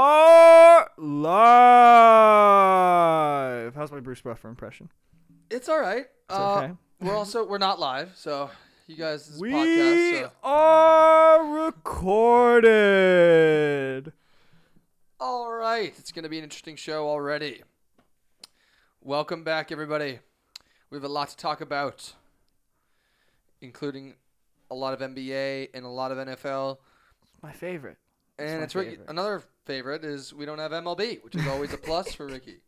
are live. How's my Bruce Buffer impression? It's all right. uh, okay. we're also we're not live, so you guys this is a we podcast. uh, So. are recorded. All right, it's gonna be an interesting show already. Welcome back, everybody. We have a lot to talk about, including a lot of NBA and a lot of NFL. My favorite. And my it's Ricky. favorite. Another favorite is we don't have MLB, which is always a plus for Ricky.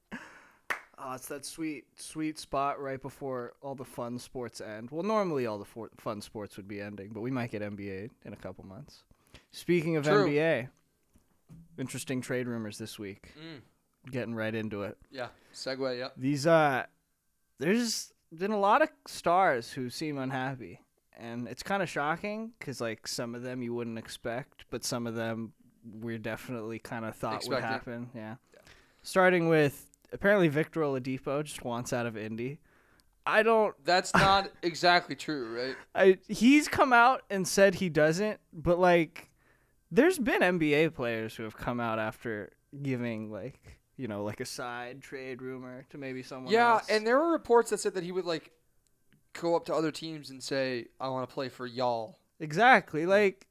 Oh, it's that sweet, sweet spot right before all the fun sports end. Well, normally all the for- fun sports would be ending, but we might get NBA in a couple months. Speaking of True. NBA, interesting trade rumors this week. Mm. Getting right into it. Yeah, segue. Yep. These uh there's been a lot of stars who seem unhappy and it's kind of shocking cuz like some of them you wouldn't expect but some of them we're definitely kind of thought would Expected. happen, yeah. Starting with apparently Victor Oladipo just wants out of Indy. I don't That's not exactly true, right? I he's come out and said he doesn't, but like there's been NBA players who have come out after giving like you know, like a side trade rumor to maybe someone Yeah, else. and there were reports that said that he would like go up to other teams and say, "I want to play for y'all." Exactly. Like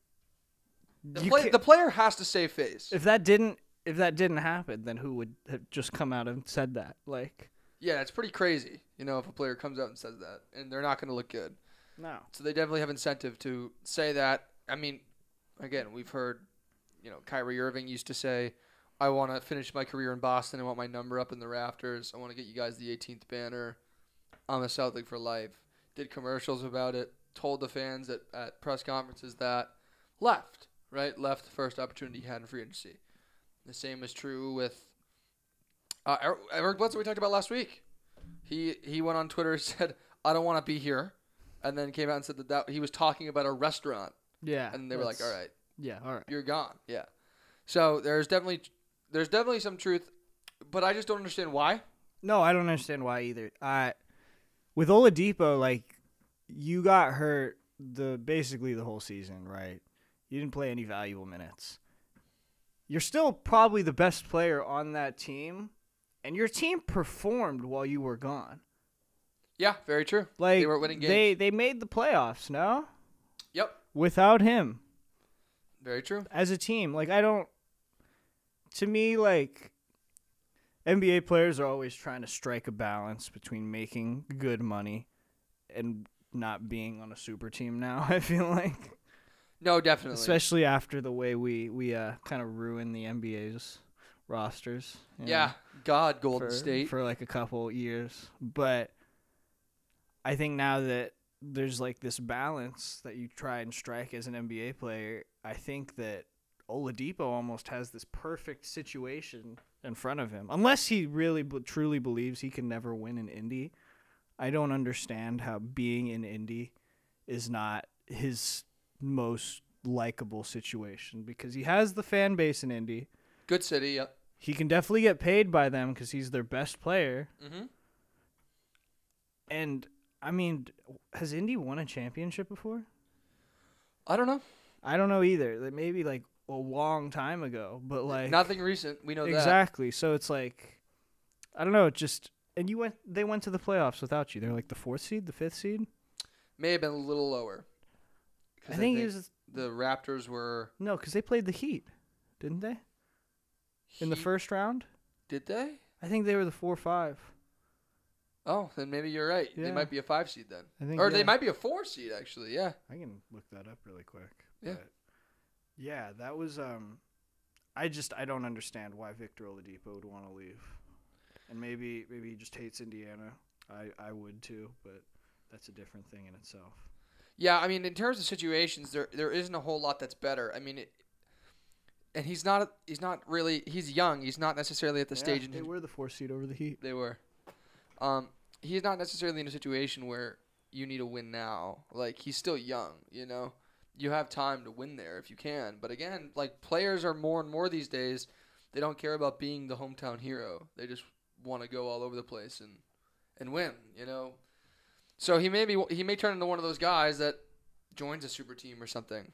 The, you play- can't- the player has to save face. if that didn't if that didn't happen, then who would have just come out and said that? Like yeah, it's pretty crazy, you know, if a player comes out and says that, and they're not going to look good. no. So they definitely have incentive to say that. I mean, again, we've heard, you know, Kyrie Irving used to say, "I want to finish my career in Boston. I want my number up in the rafters. I want to get you guys the 18th banner. I'm a Celtic for life." Did commercials about it. Told the fans at, at press conferences that left, right, left the first opportunity he had in free agency. The same is true with uh, Eric- Eric Bledsoe we talked about last week. He he went on Twitter and said, "I don't want to be here." and then came out and said that, that he was talking about a restaurant Yeah. and they were like all Ah, that's- right Yeah, all right. you're gone yeah so there's definitely there's definitely some truth but i just don't understand why No, I don't understand why either. I with Oladipo, like you got hurt the basically the whole season, right? You didn't play any valuable minutes. You're still probably the best player on that team, and your team performed while you were gone. yeah very true Like they were winning games They they made the playoffs, no? yep Without him very true as a team, like I don't. To me, like NBA players are always trying to strike a balance between making good money and not being on a super team now. I feel like, no definitely especially after the way we we uh, kind of ruined the NBA's rosters. you know? yeah god golden for, state for like a couple years. But I think now that there's like this balance that you try and strike as an NBA player, I think that Oladipo almost has this perfect situation in front of him. Unless he really b- truly believes he can never win in Indy, I don't understand how being in Indy is not his most likable situation because he has the fan base in Indy good city yep he can definitely get paid by them because he's their best player. mm-hmm. And I mean, has Indy won a championship before? i don't know I don't know either. That maybe like a long time ago, but like nothing recent we know that exactly. So it's like I don't know. It just and you went. They went to the playoffs without you. They're like the fourth seed, the fifth seed. may have been a little lower 'Cause I think it was the raptors were no, because they played the Heat, didn't they? In the Heat- first round, did they I think they were the four five. oh then maybe you're right Yeah. they might be a five seed then I think or yeah. they might be a four seed actually yeah I can look that up really quick. Yeah. But yeah, that was um I just I don't understand why Victor Oladipo would want to leave. And maybe maybe he just hates Indiana. I I would too, but that's a different thing in itself. Yeah, I mean, in terms of situations, there there isn't a whole lot that's better. I mean, it, and he's not he's not really he's young. He's not necessarily at the stage. In they his, were the four seed over the Heat. they were. Um, he's not necessarily in a situation where you need to win now. Like he's still young. You know, you have time to win there if you can. But again, like players are more and more these days. They don't care about being the hometown hero. They just want to go all over the place and and win. You know, so he may be he may turn into one of those guys that joins a super team or something.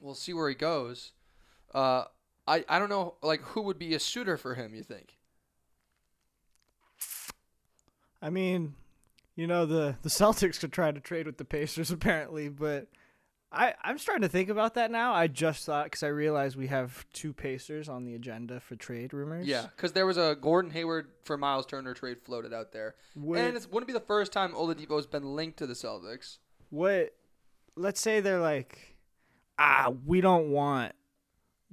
We'll see where he goes. Uh, I, I don't know like who would be a suitor for him. You think? I mean, you know the the Celtics could try to trade with the Pacers apparently, but I I'm starting to think about that now. I just thought because I realized we have two Pacers on the agenda for trade rumors. Yeah, because there was a Gordon Hayward for Miles Turner trade floated out there, Would- and it wouldn't be the first time Oladipo has been linked to the Celtics. what let's say they're like ah we don't want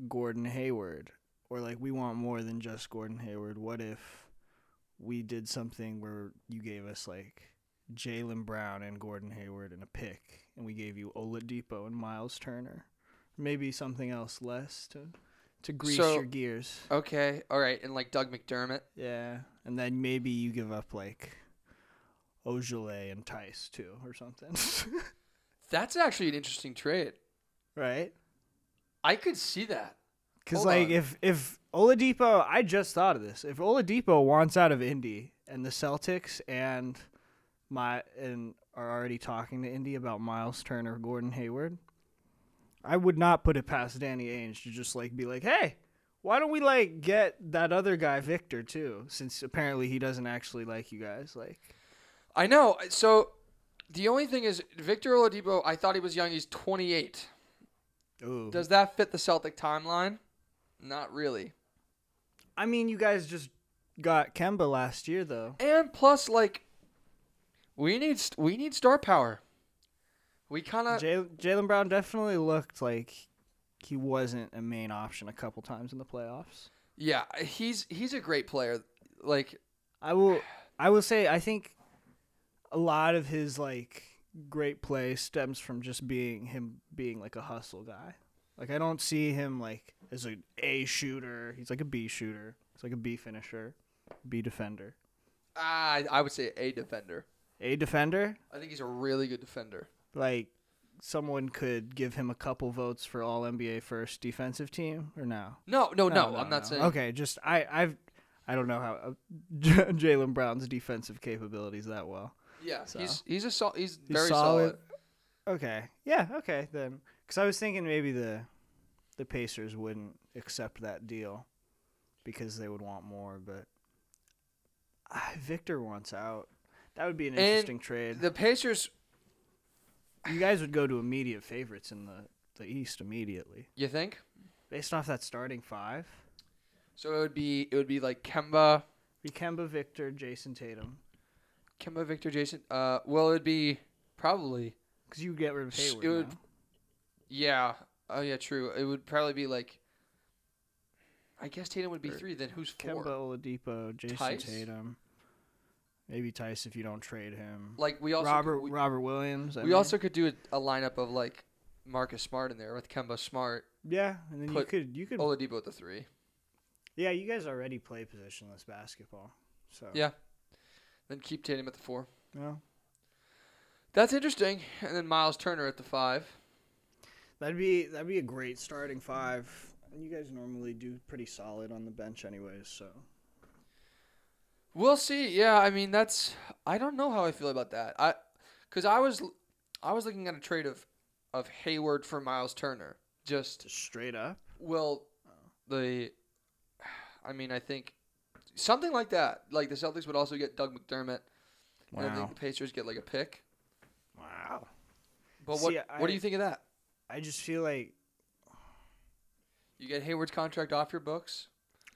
gordon hayward or like we want more than just gordon hayward what if we did something where you gave us like jalen brown and gordon hayward and a pick and we gave you oladipo and miles turner maybe something else less to to grease So- your gears Okay, all right, and like Doug McDermott. yeah and then maybe you give up like Ojale and Tice too, or something, That's actually an interesting trade. right? I could see that. Because Hold like on. if if Oladipo, I just thought of this. If Oladipo wants out of Indy and the Celtics and my and are already talking to Indy about Miles Turner, Gordon Hayward, I would not put it past Danny Ainge to just like be like, hey. Why don't we like get that other guy Victor too? Since apparently he doesn't actually like you guys. Like, I know. So the only thing is Victor Oladipo. I thought he was young. He's 28. ooh. Does that fit the Celtic timeline? Not really. I mean, you guys just got Kemba last year though. And plus, like, we need st- we need star power. We kind of Jal Jalen Brown definitely looked like he wasn't a main option a couple times in the playoffs. yeah. He's he's a great player. Like I will I will say I think a lot of his like great play stems from just being him being like a hustle guy. Like I don't see him like as a A shooter. He's like a B shooter. He's like a B finisher, B defender. ah, I would say a defender. A defender, I think he's a really good defender. like someone could give him a couple votes for all NBA first defensive team or no? No, no, Oh, no. I'm not saying. Okay, just I I've I don't know how uh, J- Jalen Brown's defensive capabilities that well. Yeah, So. he's he's a sol- he's, He's very solid. solid. Okay, yeah, okay then, because I was thinking maybe the the Pacers wouldn't accept that deal because they would want more, but ah, Victor wants out. That would be an And interesting trade. The Pacers. you guys would go to immediate favorites in the the East immediately You think? based off that starting five. So it would be it would be like Kemba, Kemba, Victor, Jason Tatum, Kemba, Victor, Jason. Uh, well, it'd be probably because you get rid of S- Hayward. it would- now. yeah. Oh yeah, true. It would probably be like. I guess Tatum would be Or three. Then who's four? Kemba Oladipo, Jason Tice? Tatum, maybe Tice if you don't trade him. Like we also Robert could, we, Robert Williams. I we mean. also could do a, a lineup of like Marcus Smart in there with Kemba Smart, yeah, and then you put could you could Oladipo at the three. yeah you guys already play positionless basketball, so Yeah. Then keep Tatum at the four. you know, That's interesting. And then Miles Turner at the five. that'd be that'd be a great starting five. And you guys normally do pretty solid on the bench, anyways. So We'll see. Yeah, I mean that's I don't know how I feel about that. I cuz I was I was looking at a trade of of Hayward for Miles Turner. Just just straight up, well the I mean, I think something like that. Like the Celtics would also get Doug McDermott and I think wow, the Pacers get like a pick. wow. But what See, what I- do you think of that? I just feel like You get Hayward's contract off your books?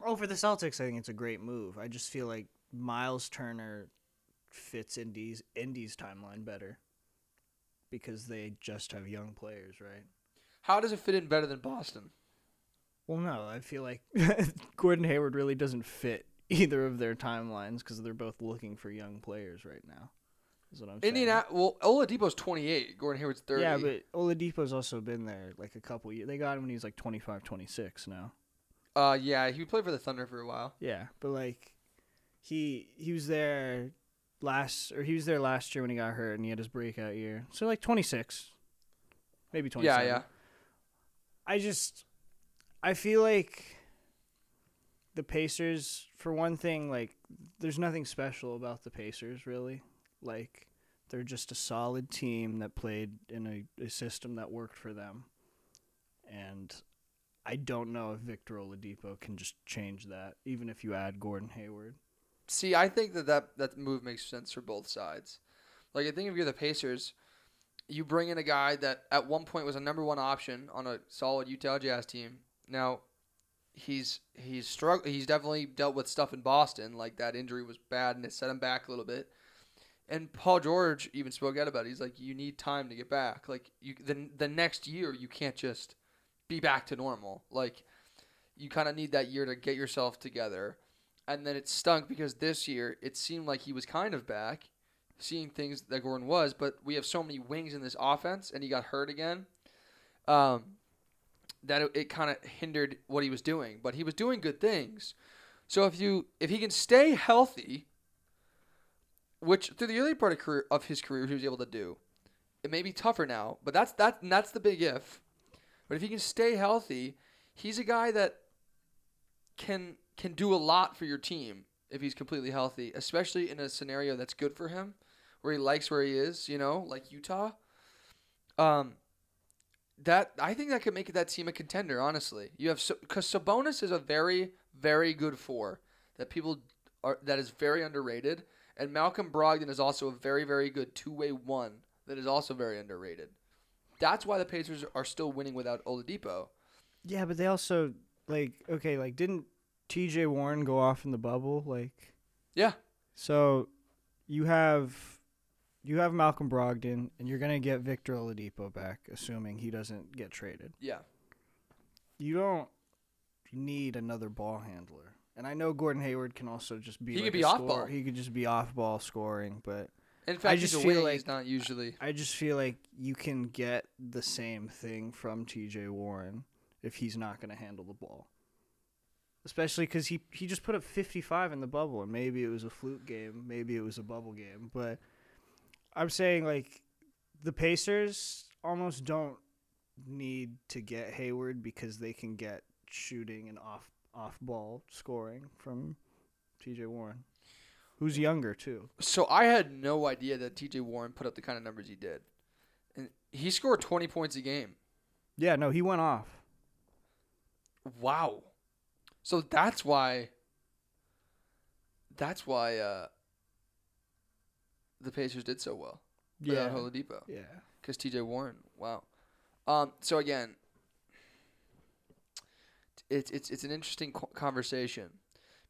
oh for the Celtics, I think it's a great move. I just feel like Miles Turner fits Indy's Indy's timeline better because they just have young players, right? How does it fit in better than Boston? Well, no, I feel like Gordon Hayward really doesn't fit either of their timelines because they're both looking for young players right now. Is what I'm saying. Indiana well, Oladipo's 28, Gordon Hayward's 30. Yeah, but Oladipo's also been there like a couple years. They got him when he was like 25, 26 now. uh yeah, he played for the Thunder for a while. Yeah, but like he he was there last or he was there last year when he got hurt and he had his breakout year. So like 26, maybe 27. Yeah, yeah. I just I feel like the Pacers for one thing like there's nothing special about the Pacers really. Like they're just a solid team that played in a, a system that worked for them. And I don't know if Victor Oladipo can just change that, even if you add Gordon Hayward. See, I think that, that that move makes sense for both sides. Like, I think if you're the Pacers, you bring in a guy that at one point was a number one option on a solid Utah Jazz team. Now, he's he's strugg- He's definitely dealt with stuff in Boston. Like that injury was bad and it set him back a little bit. And Paul George even spoke out about it. He's like, you need time to get back. Like you, the the next year, you can't just be back to normal. Like you kind of need that year to get yourself together. And then it stunk because this year it seemed like he was kind of back, seeing things that Gordon was, but we have so many wings in this offense, and he got hurt again. Um, that it, it kind of hindered what he was doing, but he was doing good things. So if you if he can stay healthy, which through the early part of career of his career he was able to do, it may be tougher now, but that's that and that's the big if. But if he can stay healthy, he's a guy that can can do a lot for your team if he's completely healthy, especially in a scenario that's good for him, where he likes where he is, you know, like Utah. Um, that I think that could make that team a contender. Honestly, you have because Sabonis is a very very good four that people are that is very underrated, and Malcolm Brogdon is also a very very good two way one that is also very underrated. That's why the Pacers are still winning without Oladipo. Yeah, but they also like okay, like didn't T.J. Warren go off in the bubble? Like, Yeah, so you have you have Malcolm Brogdon, and you're gonna get Victor Oladipo back, assuming he doesn't get traded. yeah, You don't need another ball handler. And I know Gordon Hayward can also just be He like could be a off scorer. ball. He could just be off ball scoring, but in fact, just he's a feel wing. like- he's not usually. I just feel like you can get the same thing from TJ Warren if he's not going to handle the ball. Especially because he, he just put up 55 in the bubble, and maybe it was a fluke game, maybe it was a bubble game. But I'm saying, like, the Pacers almost don't need to get Hayward because they can get shooting and off off ball scoring from TJ Warren, who's younger, too. So I had no idea that T.J. Warren put up the kind of numbers he did, and he scored twenty points a game. Yeah, no, he went off. Wow. So that's why. That's why uh, the Pacers did so well without Oladipo Yeah. because T.J. Warren. Wow. Um. So again, it's it's it's an interesting co- conversation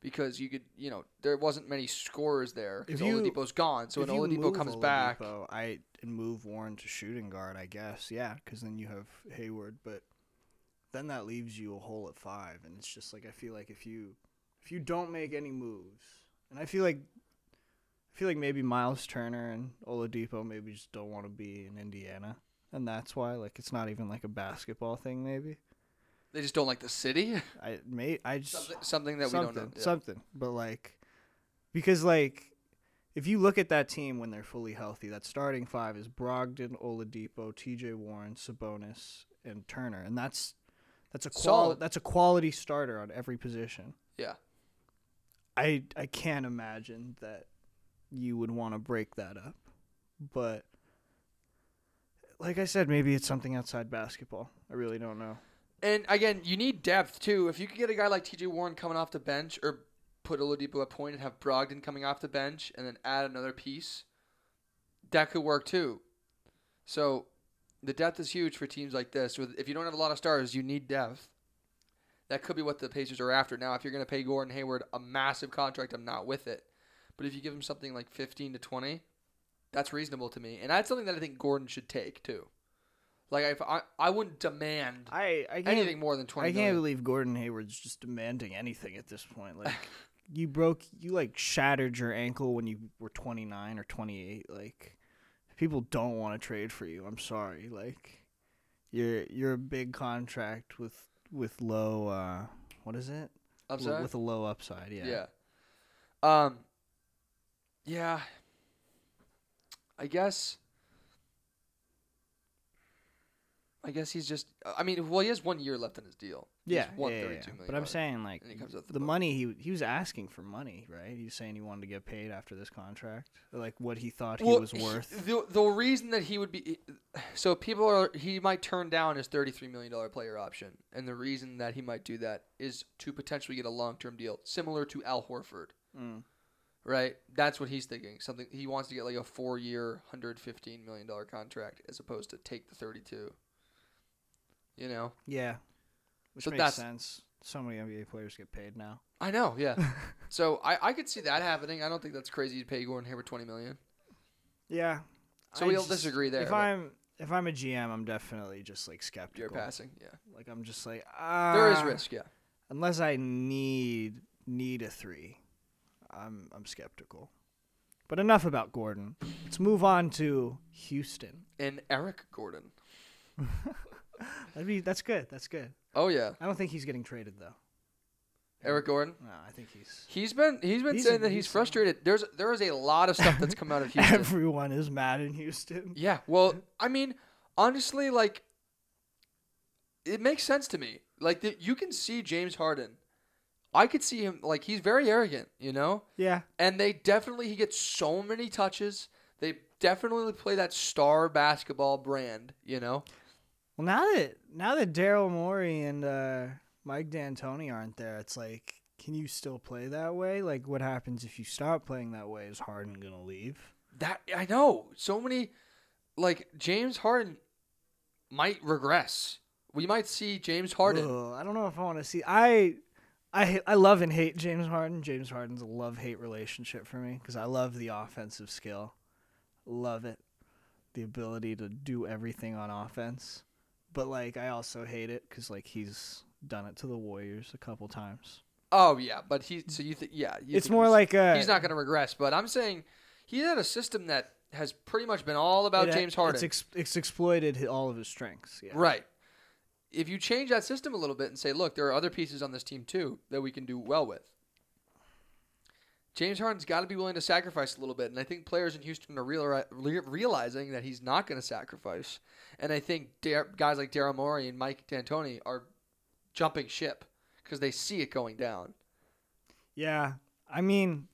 because you could you know there wasn't many scorers there because If you- Oladipo's gone. So when If you Oladipo move comes back, Oladipo, I and move Warren to shooting guard, I guess. Yeah, because then you have Hayward, but then that leaves you a hole at five, and it's just like I feel like if you if you don't make any moves, and I feel like I feel like maybe Miles Turner and Oladipo maybe just don't want to be in Indiana, and that's why like it's not even like a basketball thing. Maybe they just don't like the city. I may I just something, something that something, we don't know. Yeah. Something. But like because like if you look at that team when they're fully healthy, that starting five is Brogdon, Oladipo, TJ Warren, Sabonis, and Turner. And that's that's a qual- Solid. that's a quality starter on every position. Yeah. I I can't imagine that you would want to break that up. But like I said, maybe it's something outside basketball. I really don't know. And again, you need depth too. If you could get a guy like TJ Warren coming off the bench or put Oladipo at point and have Brogdon coming off the bench and then add another piece, that could work too. So the depth is huge for teams like this. With if you don't have a lot of stars, you need depth. That could be what the Pacers are after. Now, if you're going to pay Gordon Hayward a massive contract, I'm not with it. But if you give him something like 15 to 20, that's reasonable to me. And that's something that I think Gordon should take too. Like if I, I wouldn't demand I I can't anything more than I twenty can't million. believe Gordon Hayward's just demanding anything at this point. Like you broke, you like shattered your ankle when you were 29 or 28. Like people don't want to trade for you. I'm sorry. Like you're you're a big contract with with low uh what is it? Upside? With a low upside. Yeah. yeah. Um. Yeah. I guess. I guess he's just. I mean, well, he has one year left in his deal. Yeah, He's yeah, won yeah, $32 yeah. million But I'm saying like and he comes out the the bottom. money he he was asking for money, right? He was saying he wanted to get paid after this contract, like what he thought he was he- worth. the, the reason that he would be so people are he might turn down his thirty three million dollar player option, and the reason that he might do that is to potentially get a long term deal similar to Al Horford, Mm. right? That's what he's thinking. Something he wants to get like a four year hundred fifteen million dollar contract as opposed to take the thirty two. You know, Yeah, which So makes that's- sense. So many NBA players get paid now. I know, yeah. so I I could see that happening. I don't think that's crazy to pay Gordon Hayward twenty million. Yeah. So I we'll just- disagree there. If but I'm if I'm a GM, I'm definitely just like skeptical. you're passing, yeah. Like I'm just like ah. There is risk, yeah. Unless I need need a three, I'm I'm skeptical. But enough about Gordon. Let's move on to Houston. And Eric Gordon. That'd be that's good. That's good. Oh yeah, I don't think he's getting traded though. Eric Gordon. No, I think he's. He's been he's been He's saying in that he's Houston. frustrated. There's there is a lot of stuff that's come out of Houston. Everyone is mad in Houston. yeah. Well, I mean, honestly, like it makes sense to me. Like that you can see James Harden. I could see him like he's very arrogant, you know? Yeah. And they definitely he gets so many touches. They definitely play that star basketball brand, you know? Well, now that now that Daryl Morey and uh, Mike D'Antoni aren't there, it's like, can you still play that way? Like, what happens if you stop playing that way? Is Harden gonna leave? That I know. So many like James Harden might regress. We might see James Harden Ugh, I don't know if I want to see. I, I, ha- I love and hate James Harden. James Harden's a love hate relationship for me because I love the offensive skill, love it, the ability to do everything on offense. But like, I also hate it because like he's done it to the Warriors a couple times. Oh yeah, but he. So you think? Yeah, you it's think more he's- like a, he's not going to regress. But I'm saying he had a system that has pretty much been all about it- James Harden, It's, ex- it's exploited hi- all of his strengths. Yeah. right? If you change that system a little bit and say, look, there are other pieces on this team too that we can do well with. James Harden's got to be willing to sacrifice a little bit, and I think players in Houston are reali- re- realizing that he's not going to sacrifice. And I think Dar- guys like Daryl Morey and Mike D'Antoni are jumping ship because they see it going down. Yeah. I mean,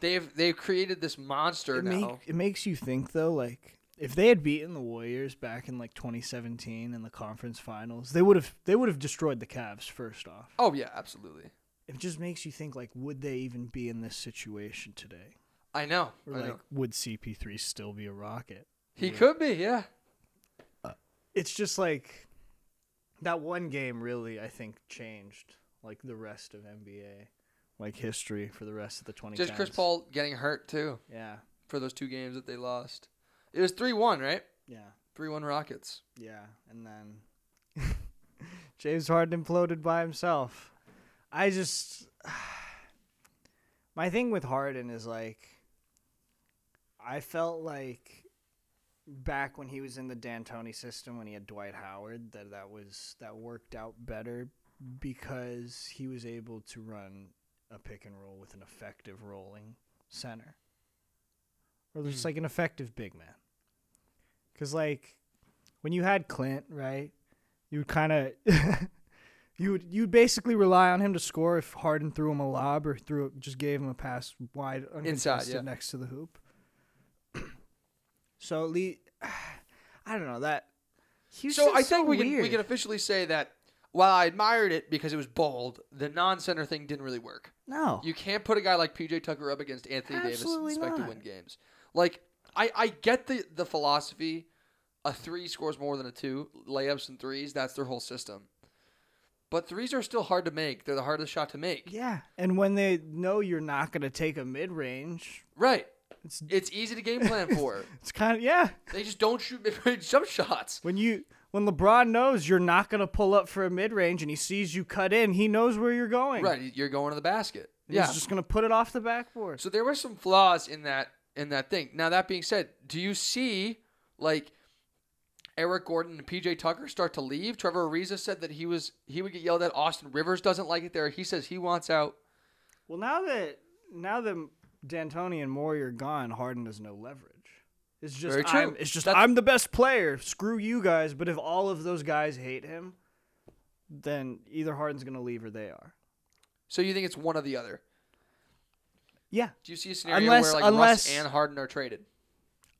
They've they've created this monster it, now. make, it makes you think though like if they had beaten the warriors back in like 2017 in the conference finals they would have they would have destroyed the Cavs first off Oh yeah, absolutely. it just makes you think like would they even be in this situation today I know. or I like know. would cp3 still be a rocket He could be, yeah. it's just like that one game really i think changed like the rest of nba like history for the rest of the 20 Just Chris Paul getting hurt too yeah for those two games that they lost. It was three one, right? yeah Three one Rockets. Yeah, and then James Harden imploded by himself. I just my thing with Harden is like I felt like back when he was in the D'Antoni system when he had Dwight Howard that that was that worked out better because he was able to run a pick and roll with an effective rolling center or just Mm. like an effective big man. Cuz like when you had Clint, right? You would kind of you would you would basically rely on him to score if Harden threw him a lob or threw just gave him a pass wide uncontested yeah. next to the hoop. so Lee, I don't know that. He's so I think we can we can officially say that while I admired it because it was bold, the non center thing didn't really work. no. You can't put a guy like PJ Tucker up against Anthony Absolutely Davis and expect not. to win games. Like I, I get the, the philosophy. A three scores more than a two. Layups and threes, that's their whole system. But threes are still hard to make. They're the hardest shot to make. yeah, and when they know you're not going to take a mid range, Right. It's- It's easy to game plan for. it's kind of yeah. they just don't shoot mid-range jump shots. When you when LeBron knows you're not going to pull up for a mid range and he sees you cut in, he knows where you're going. Right, you're going to the basket. And yeah. He's just going to put it off the backboard. So there were some flaws in that in that thing. Now that being said, do you see like Eric Gordon and PJ Tucker start to leave? Trevor Ariza said that he was he would get yelled at. Austin Rivers doesn't like it there. He says he wants out. Well, now that now that D'Antoni and Morey are gone, Harden has no leverage. It's just Very true. I'm, it's just That's- I'm the best player. Screw you guys. But if all of those guys hate him, then either Harden's going to leave or they are. So you think it's one or the other? Yeah. Do you see a scenario Unless- where like unless- Russ and Harden are traded?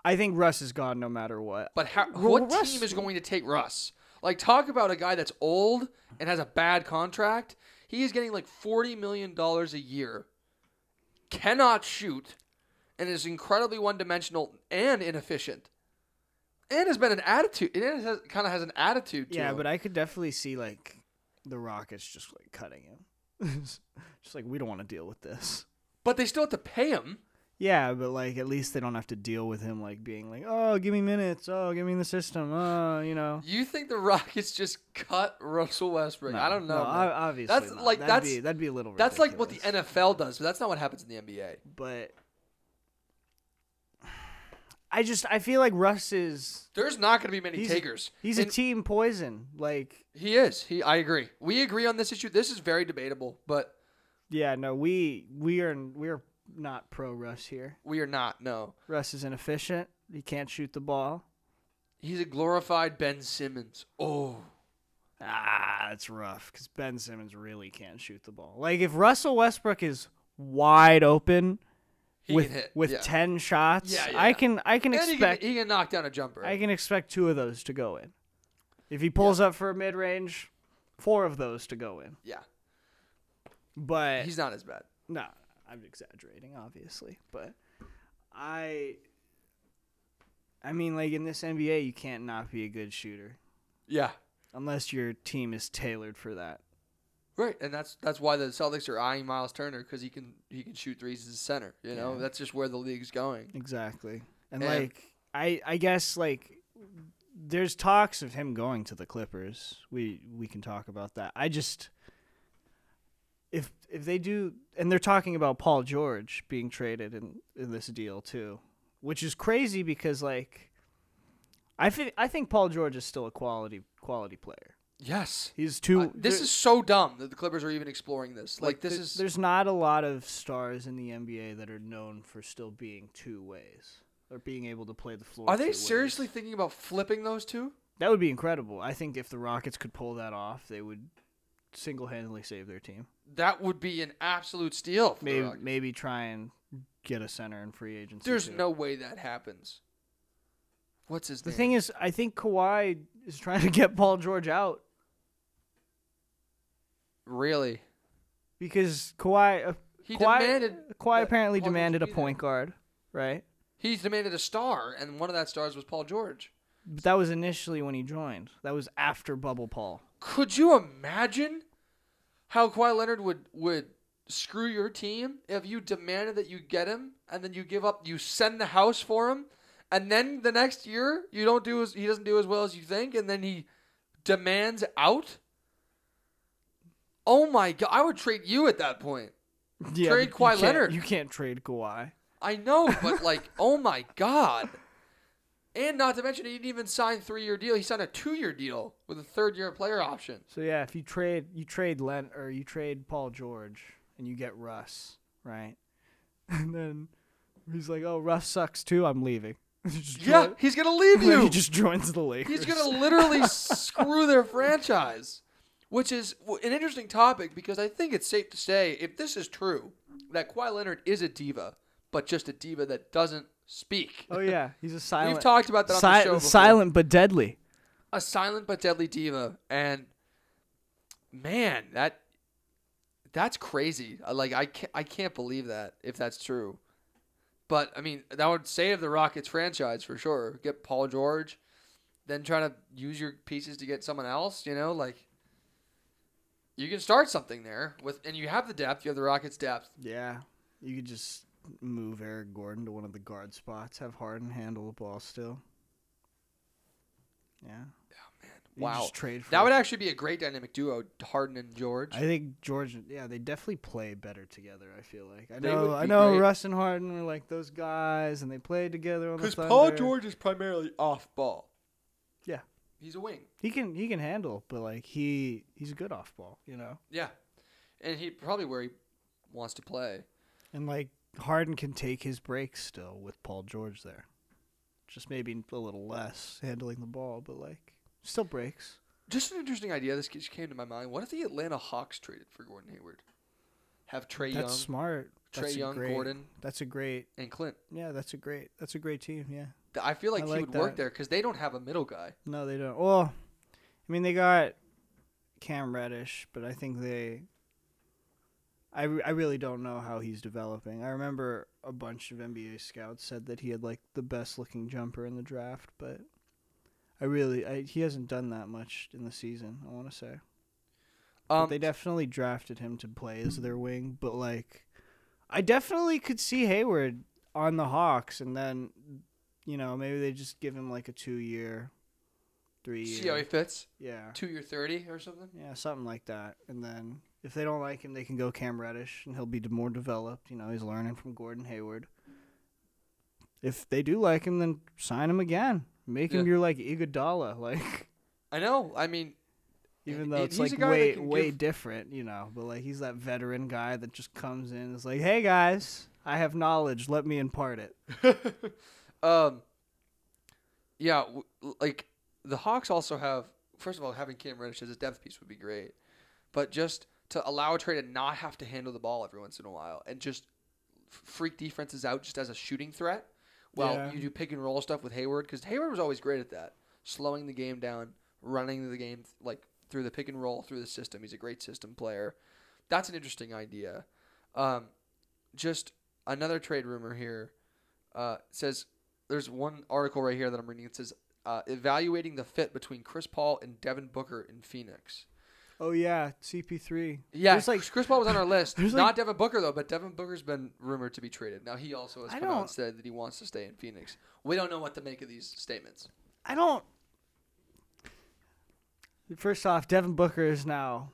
I think Russ is gone no matter what. But how, Well, what Russ- team is going to take Russ? Like, talk about a guy that's old and has a bad contract. He is getting like forty million dollars a year. Cannot shoot, and is incredibly one-dimensional and inefficient. And has been an attitude. And has, kind of has an attitude. To Yeah, him. but I could definitely see like the Rockets just like cutting him. just like we don't want to deal with this. but they still have to pay him. Yeah, but like at least they don't have to deal with him like being like, "Oh, give me minutes. Oh, give me the system." Oh, you know. You think the Rockets just cut Russell Westbrook? I don't know. No, man. ob- obviously. That's, not. like, that'd that's- be, that'd be a little that's like what the ridiculous. NFL does, but that's not what happens in the NBA. but I just I feel like Russ is There's not going to be many he's takers. he's And- a team poison. Like He is. He. I agree. We agree on this issue. This is very debatable, but yeah, no, we we are we're not pro Russ here. we are not. No, Russ is inefficient. He can't shoot the ball. he's a glorified Ben Simmons. Oh, Ah, that's rough because Ben Simmons really can't shoot the ball. Like if Russell Westbrook is wide open he with can hit with yeah. ten shots, Yeah, yeah. I can I can And he can, expect he can knock down a jumper. I can expect two of those to go in. If he pulls up for a mid range, four of those to go in. yeah, But he's not as bad. no, I'm exaggerating, obviously. But I, I mean, like in this NBA, you can't not be a good shooter Yeah, unless your team is tailored for that. right. And that's that's why the Celtics are eyeing Miles Turner because he can he can shoot threes as a center. You know, Yeah. that's just where the league's going. Exactly. And, And- like I I guess like there's talks of him going to the Clippers. We we can talk about that. I just if if they do and they're talking about Paul George being traded in in this deal too, which is crazy because like I think I think Paul George is still a quality quality player. Yes. He's too Uh, this there- is so dumb that the Clippers are even exploring this. Like, this there- is there's not a lot of stars in the NBA that are known for still being two ways or being able to play the floor. Are two they ways. seriously thinking about flipping those two? That would be incredible. I think if the Rockets could pull that off, they would single-handedly save their team. That would be an absolute steal. For the Maybe Rockets. maybe try and get a center in free agency. There's too. no way that happens. What's his The name? thing is, I think Kawhi is trying to get Paul George out really, because Kawhi uh, he Kawhi, demanded. Kawhi that apparently Paul George demanded a be there. point guard, right? He demanded a star, and one of that stars was Paul George. But that was initially when he joined. That was after Bubble Paul. Could you imagine how Kawhi Leonard would would screw your team if you demanded that you get him, and then you give up, you send the house for him, and then the next year you don't do as he doesn't do as well as you think, and then he demands out. Oh my god! I would trade you at that point. Yeah, Trade but Kawhi you can't- Leonard. You can't trade Kawhi. I know, but like, oh my god! And not to mention, he didn't even sign three year deal. He signed a two year deal with a third year player option. So yeah, if you trade you trade Len or you trade Paul George and you get Russ, right? And then he's like, "Oh, Russ sucks too. I'm leaving." He just Yeah, join- he's gonna leave you. he just joins the Lakers. He's gonna literally screw their franchise, which is w- an interesting topic because I think it's safe to say if this is true that Kawhi Leonard is a diva, but just a diva that doesn't speak. Oh yeah, he's a silent. We've talked about that on the si- show. Before. silent but deadly. a silent but deadly diva and man that that's crazy Uh, like i can't, I can't believe that if that's true but i mean that would save the rockets franchise for sure get paul george then try to use your pieces to get someone else you know like you can start something there with and you have the depth you have the rockets depth Yeah, you could just move Eric Gordon to one of the guard spots. Have Harden handle the ball still. Yeah. You wow Just trade for that would actually be a great dynamic duo harden and george I think George, yeah, they definitely play better together. I feel like I They know, would I be know, great. Russ and Harden were like those guys, and they played together on the Because Thunder. Paul George is primarily off ball. Yeah. He's a wing. he can he can handle, but like he he's good off ball, you know, Yeah. And he probably where he wants to play. and like Harden can take his breaks still with Paul George there, just maybe a little less handling the ball, but like still breaks. Just an interesting idea. This just came to my mind. What if the Atlanta Hawks traded for Gordon Hayward? Have Trey That's Young, smart. Trey that's a Young, great, Gordon, That's a great. and Clint. Yeah, that's a great. That's a great team. Yeah. Th- I feel like I he like would work that. there because they don't have a middle guy. No, they don't. Well, I mean, they got Cam Reddish, but I think they. I, re- I really don't know how he's developing. I remember a bunch of NBA scouts said that he had like the best looking jumper in the draft, but I really I, he hasn't done that much in the season. I want to say but Um, they definitely drafted him to play as their wing, but like I definitely could see Hayward on the Hawks and then you know, maybe they just give him like a two year, three see how he year fits. Yeah. Two year thirty or something. Yeah, something like that. And then if they don't like him they can go Cam Reddish and he'll be d- more developed, you know, he's learning from Gordon Hayward. If they do like him then sign him again. Make him Yeah. your like Iguodala, like I know. I mean, even And- though and it's like he's a guy that way can way give- different, you know. But like he's that veteran guy that just comes in and is like, "Hey guys, I have knowledge. Let me impart it." um, yeah, w- like the Hawks also have. First of all, having Cam Reddish as a depth piece would be great, but just to allow a trade to not have to handle the ball every once in a while and just f- freak defenses out just as a shooting threat. Well, Yeah. you do pick and roll stuff with Hayward because Hayward was always great at that, slowing the game down, running the game like through the pick and roll through the system. He's a great system player. That's an interesting idea. Um, just another trade rumor here uh, says there's one article right here that I'm reading. It says uh, evaluating the fit between Chris Paul and Devin Booker in Phoenix. Oh yeah, CP3. Yeah, There's, like- Chris Paul was on our list. there's, Not like- Devin Booker though, but Devin Booker's been rumored to be traded. Now he also I has come out don't- and said that he wants to stay in Phoenix. We don't know what to make of these statements. I don't. First off, Devin Booker is now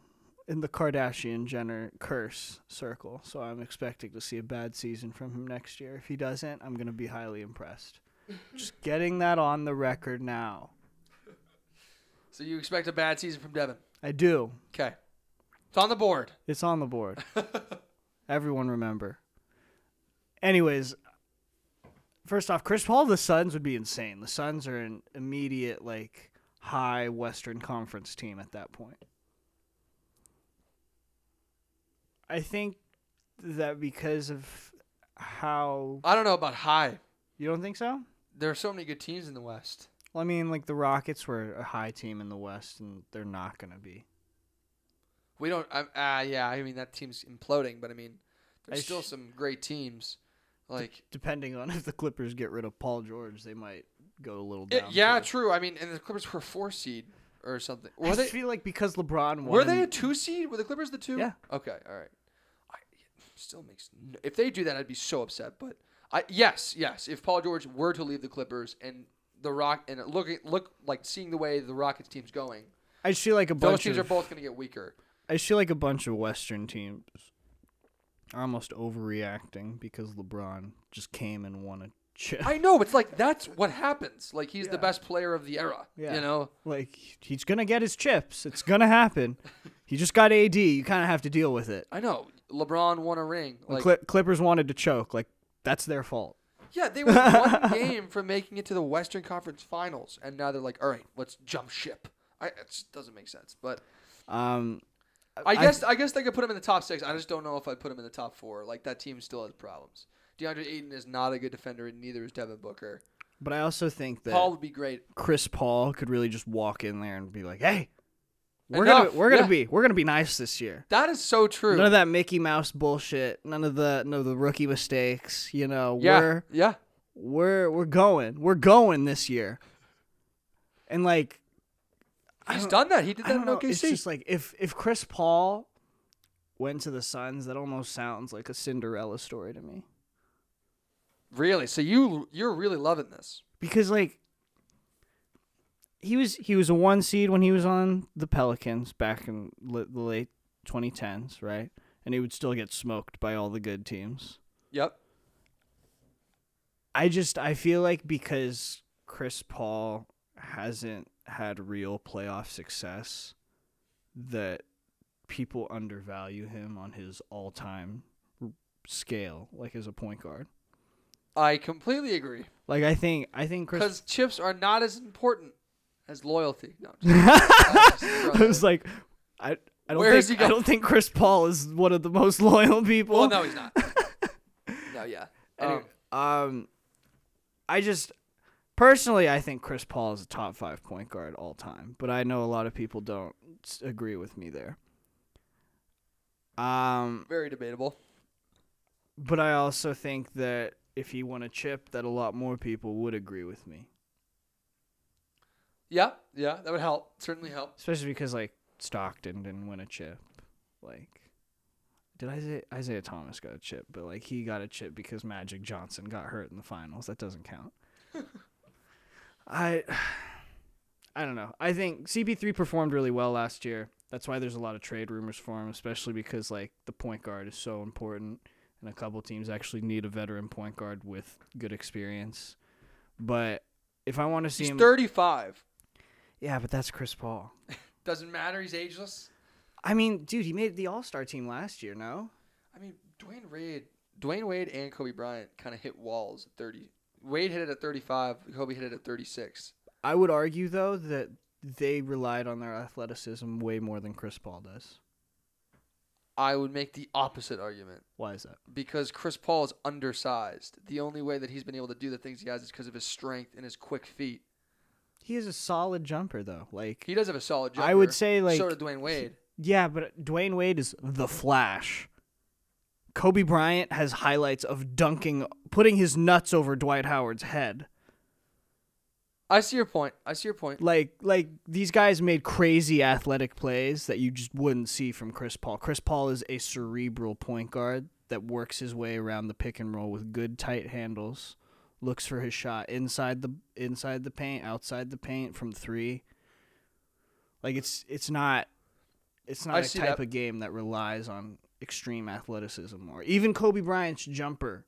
in the Kardashian Jenner curse circle, so I'm expecting to see a bad season from him next year. If he doesn't, I'm gonna be highly impressed. Just getting that on the record now. So you expect a bad season from Devin? I do. Okay, it's on the board. It's on the board. Everyone remember. Anyways, first off, Chris Paul, the Suns would be insane. The Suns are an immediate like high Western Conference team at that point. I think that because of how I don't know about high. you don't think so? There are so many good teams in the West. Well, I mean, like the Rockets were a high team in the West, and they're not going to be. We don't. I- Ah, yeah. I mean that team's imploding, but I mean there's I still sh- some great teams. Like Depending on if the Clippers get rid of Paul George, they might go a little It- down. yeah, too. true. I mean, and the Clippers were four seed or something. I Were just they? feel like because LeBron won, Were they a two seed? Were the Clippers the two? Yeah. Okay. All right. I, still makes. n- If they do that, I'd be so upset. But I yes, yes. If Paul George were to leave the Clippers and the Rock and looking look like seeing the way the Rockets team's going, I just feel like a those bunch teams of are both going to get weaker. I just feel like a bunch of Western teams are almost overreacting because LeBron just came and won a chip. I know. It's like that's what happens. Like he's Yeah. the best player of the era. Yeah. You know. like he's gonna get his chips. It's gonna happen. he just got AD. You kind of have to deal with it. I know. LeBron won a ring. When Like Cli- Clippers wanted to choke. Like that's their fault. Yeah, they were one game from making it to the Western Conference Finals, and now they're like, "All right, let's jump ship." I, it just doesn't make sense, but Um, I guess I, guess they could put him in the top six. I just don't know if I put him in the top four. Like that team still has problems. DeAndre Ayton is not a good defender, and neither is Devin Booker. but I also think that Paul would be great. Chris Paul could really just walk in there and be like, "Hey, we're Enough. gonna we're gonna Yeah. be we're gonna be nice this year." That is so true. None of that Mickey Mouse bullshit. None of the none of the rookie mistakes. You know, yeah, we're yeah. we're we're going. We're going this year. And like He's done that. He did I that in don't know, OKC. it's just like if if Chris Paul went to the Suns, that almost sounds like a Cinderella story to me. really? So you you're really loving this? Because like he was he was a one seed when he was on the Pelicans back in li- the late 2010s, right? And he would still get smoked by all the good teams. Yep. I just I feel like because Chris Paul hasn't had real playoff success that people undervalue him on his all-time r- scale like as a point guard. I completely agree Like I think I think Chris because chips are not as important as loyalty. No, I'm just- I was like, I, I don't Where think is he I go- don't think Chris Paul is one of the most loyal people. well, no, he's not. no, yeah. Um, Anyway, um, I just personally, I think Chris Paul is a top five point guard all time, but I know a lot of people don't s- agree with me there. Um, very debatable. but I also think that if he won a chip, that a lot more people would agree with me, Yeah, yeah, that would help. Certainly help. especially because like Stockton didn't win a chip, like. Did Isaiah, Isaiah Thomas got a chip? But like he got a chip because Magic Johnson got hurt in the finals. That doesn't count. I I don't know. I think CP3 performed really well last year. That's why there's a lot of trade rumors for him, especially because like the point guard is so important and a couple teams actually need a veteran point guard with good experience. But if I want to see He's him 35. Yeah, but that's Chris Paul. Doesn't matter. He's ageless. I mean, dude, he made the All-Star team last year, no? I mean, Dwayne Wade, Dwayne Wade and Kobe Bryant kind of hit walls at 30. Wade hit it at 35. Kobe hit it at 36. I would argue though that they relied on their athleticism way more than Chris Paul does. I would make the opposite argument Why is that? because Chris Paul is undersized. The only way that he's been able to do the things he has is because of his strength and his quick feet. He is a solid jumper though. Like He does have a solid jumper. I would say like so did Dwayne Wade. Yeah, but Dwayne Wade is the Flash. Kobe Bryant has highlights of dunking, putting his nuts over Dwight Howard's head. I see your point. I see your point. Like, like these guys made crazy athletic plays that you just wouldn't see from Chris Paul. Chris Paul is a cerebral point guard that works his way around the pick and roll with good tight handles, looks for his shot inside the inside the paint, outside the paint from three. Like it's it's not it's I not a see type that. of game that relies on extreme athleticism or even Kobe Bryant's jumper.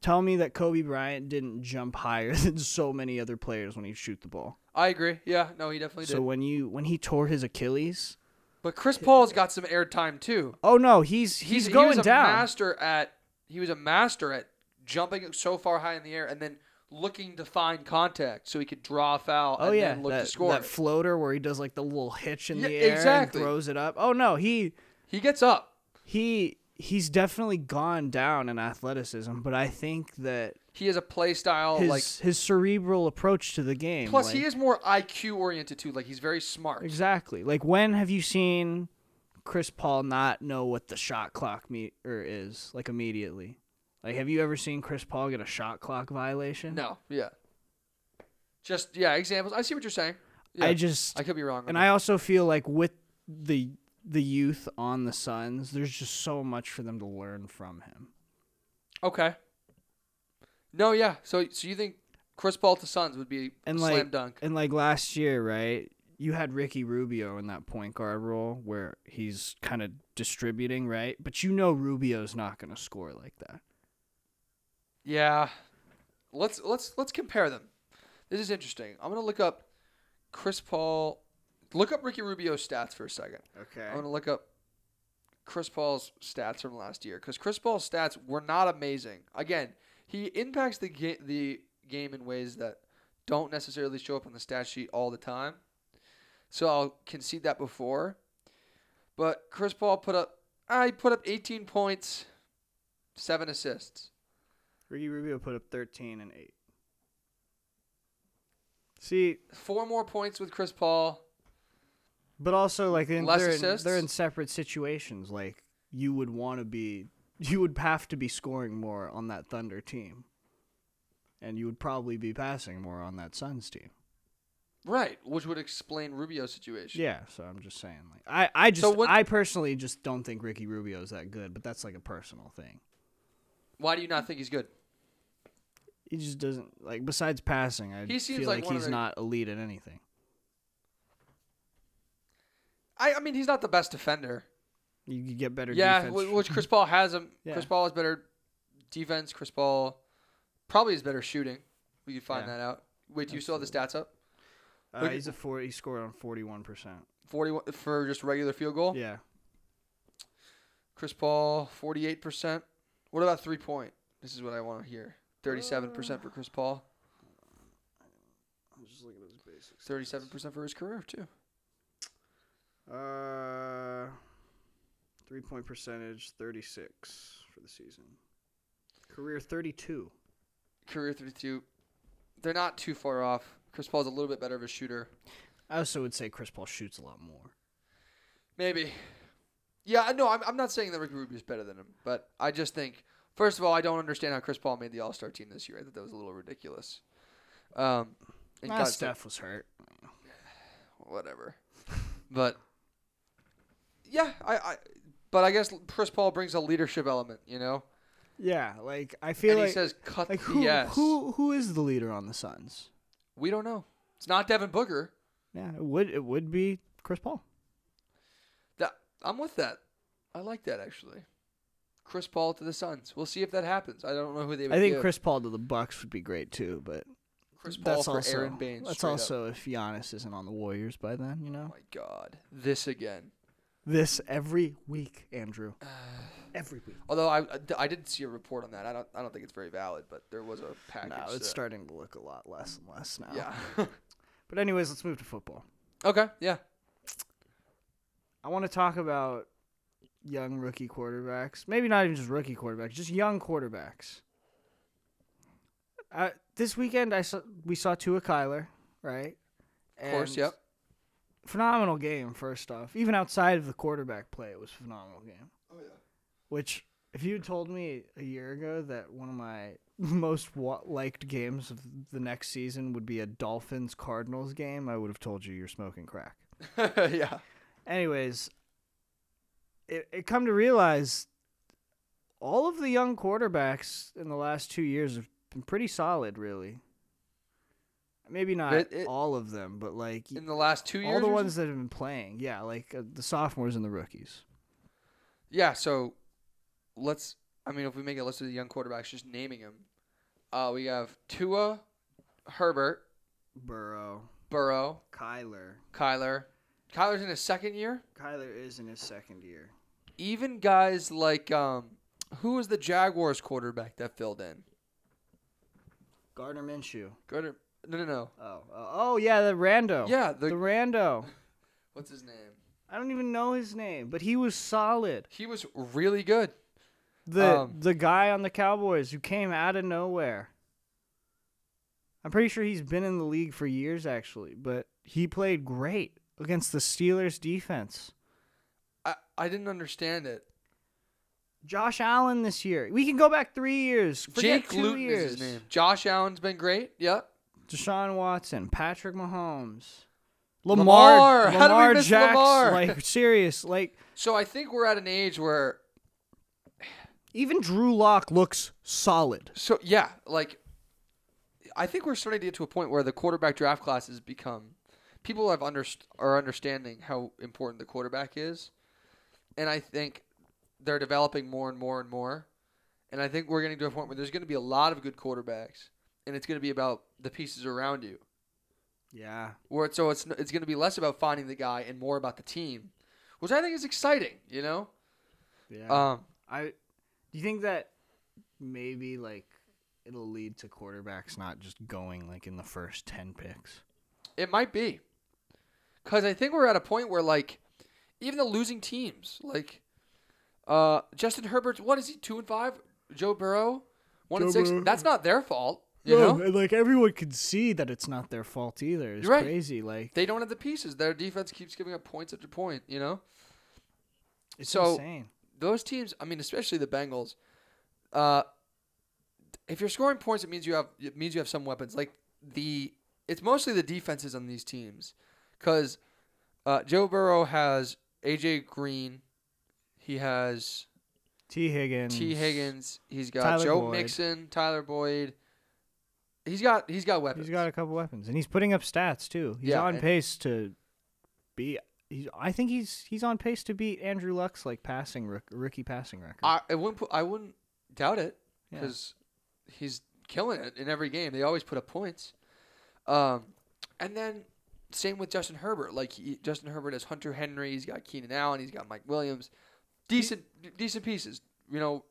Tell me that Kobe Bryant didn't jump higher than so many other players when he shoot the ball. I agree. Yeah, no, he definitely So did. when you when he tore his Achilles, But Chris Paul's got some airtime too. oh no, he's he's, he going was a down. master at he was a master at jumping so far high in the air and then looking to find contact so he could draw a foul oh and yeah, then look that, to score. that it. floater where he does like the little hitch in Yeah, the air exactly. and throws it up. Oh no, he he gets up. he he's definitely gone down in athleticism, but I think that He has a play style his Oh, like his cerebral approach to the game. plus like- he is more IQ oriented too. Like he's very smart. Exactly. Like when have you seen Chris Paul not know what the shot clock me- or is like immediately? Like have you ever seen Chris Paul get a shot clock violation? No, yeah. Just yeah, examples. I see what you're saying. Yeah. I just I could be wrong. on and that. I also feel like with the the youth on the Suns, there's just so much for them to learn from him. Okay. No, yeah. So so you think Chris Paul to Suns would be And, a slam like, dunk? And like last year, right? You had Ricky Rubio in that point guard role where he's kind of distributing, right? But you know Rubio's not going to score like that. Yeah. Let's let's let's compare them. This is interesting. I'm gonna look up Chris Paul. Look up Ricky Rubio's stats for a second. I'm Okay. gonna look up Chris Paul's stats from last year because Chris Paul's stats were not amazing. Again, he impacts the ga- the game in ways that don't necessarily show up on the stat sheet all the time. So I'll concede that before. But Chris Paul put up I put up 18 points, seven assists. Ricky Rubio put up 13 and 8. See, Four more points with Chris Paul. but also like in, Less they're, in, assists? they're in separate situations. Like you would want to be you would have to be scoring more on that Thunder team. And you would probably be passing more on that Suns team. Right, which would explain Rubio's situation. Yeah, so I'm just saying like I I just So what- I personally just don't think Ricky Rubio is that good, but that's like a personal thing. Why do you not think he's good? He just doesn't like besides passing, I He seems feel like like, one of he's the- not elite at anything. I, I mean, he's not the best defender. You could get better yeah, defense. wh- which Chris Paul has him. Yeah. Chris Paul has better defense. Chris Paul probably is better shooting. We could find Yeah. that out. Wait, do you still have the stats up? Uh, Look- he's a four. He scored on forty-one percent. 41 for just regular field goal. Yeah, Chris Paul, 48%. What about three point? This is Uh. what I want to hear. 37% for Chris Paul. I'm just looking at his six. Thirty-seven percent for his career too. Uh, three point percentage, thirty six for the season. Career thirty two. Career thirty-two. They're not too far off. Chris Paul's a little bit better of a shooter. I also would say Chris Paul shoots a lot more. Maybe. Yeah, I- no, I'm, I'm not saying that Ricky Rubio's better than him, but I just think, first of all, I don't understand how Chris Paul made the All Star team this year. I thought that was a little ridiculous. Um, and Nah, God, so- Steph was hurt. whatever. But yeah, I, I, but I guess Chris Paul brings a leadership element, you know, Yeah, like I feel and like he says, "Cut like the who yes." who who is the leader on the Suns? We don't know. It's not Devin Booker. Yeah, it would it would be Chris Paul. That I'm with that. I like that actually. Chris Paul to the Suns. We'll see if that happens. I don't know who they. Would I think give. Chris Paul to the Bucks would be great too, but Chris Paul that's for also Aaron Baines. that's straight up. also if Giannis isn't on the Warriors by then, you Oh know. my God, this again. This every week, Andrew. Every week. Although I, I d- I did see a report on that. I don't I don't think it's very valid, but there was a package. No, that- it's starting to look a lot less and less now. Yeah. But anyways, let's move to football. okay. Yeah. I want to talk about young rookie quarterbacks. Maybe not even just rookie quarterbacks, just young quarterbacks. Uh, this weekend, I saw we saw Tua Kyler, right? Of course. Yep. Phenomenal game, first off. Even outside of the quarterback play, it was a phenomenal game. Oh yeah. Which, if you had told me a year ago that one of my most wa- liked games of the next season would be a Dolphins Cardinals game, I would have told you you're smoking crack. yeah. anyways, it, it come to realize all of the young quarterbacks in the last two years have been pretty solid, really. Maybe not It- it- all of them, but like In the last two years. all the or so? ones that have been playing, yeah, like uh, the sophomores and the rookies. Yeah. So, let's. I mean, if we make a list of the young quarterbacks, just naming them, uh, we have Tua, Herbert, Burrow, Burrow, Kyler. Kyler. Kyler's in his second year. Kyler is in his second year. Even guys like um, who was the Jaguars quarterback that filled in? Gardner Minshew. Go to no no no. Oh, oh, oh yeah, the rando. Yeah, the the rando. what's his name? I don't even know his name, but he was solid. He was really good. The Um, the guy on the Cowboys who came out of nowhere. I'm pretty sure he's been in the league for years actually, but he played great against the Steelers defense. I, I didn't understand it. Josh Allen this year. We can go back 3 years. Forget Jake two Luton years. is his name. Josh Allen's been great. Yep. Deshaun Watson, Patrick Mahomes. Lamar! Lamar, How did we Lamar miss Jackson, Lamar? like serious, like So I think we're at an age where even Drew Lock looks solid. so yeah, like I think we're starting to get to a point where the quarterback draft class has become people have under are understanding how important the quarterback is. And I think they're developing more and more and more. And I think we're getting to a point where there's going to be a lot of good quarterbacks and it's going to be about the pieces around you. Yeah. Where it's, so it's it's going to be less about finding the guy and more about the team, which I think is exciting, you know? Yeah. Um I do you think that maybe like it'll lead to quarterbacks not just going like in the first 10 picks? It might be. Cause I think we're at a point where like even the losing teams, like uh Justin Herbert's what is he, two and five? Joe Burrow? One and Joe six. Burrow. That's not their fault. You know? and like everyone could see that it's not their fault either. It's You're right. crazy. Like They don't have the pieces. Their defense keeps giving up points after point, you know? it's so- insane. Those teams, I mean, especially the Bengals, uh if you're scoring points it means you have it means you have some weapons. Like the it's mostly the defenses on these teams. Cause uh, Joe Burrow has AJ Green. He has T Higgins. T. Higgins. He's got Tyler Joe Boyd. Mixon, Tyler Boyd. He's got he's got weapons. He's got a couple weapons and he's putting up stats too. He's Yeah, on and- pace to be he's, I think he's he's on pace to beat Andrew Luck's like passing rook, rookie passing record. I, I wouldn't put, I wouldn't doubt it Yeah. because he's killing it in every game. They always put up points. Um, and then same with Justin Herbert. Like he, Justin Herbert has Hunter Henry. He's got Keenan Allen. He's got Mike Williams. Decent decent pieces. You know,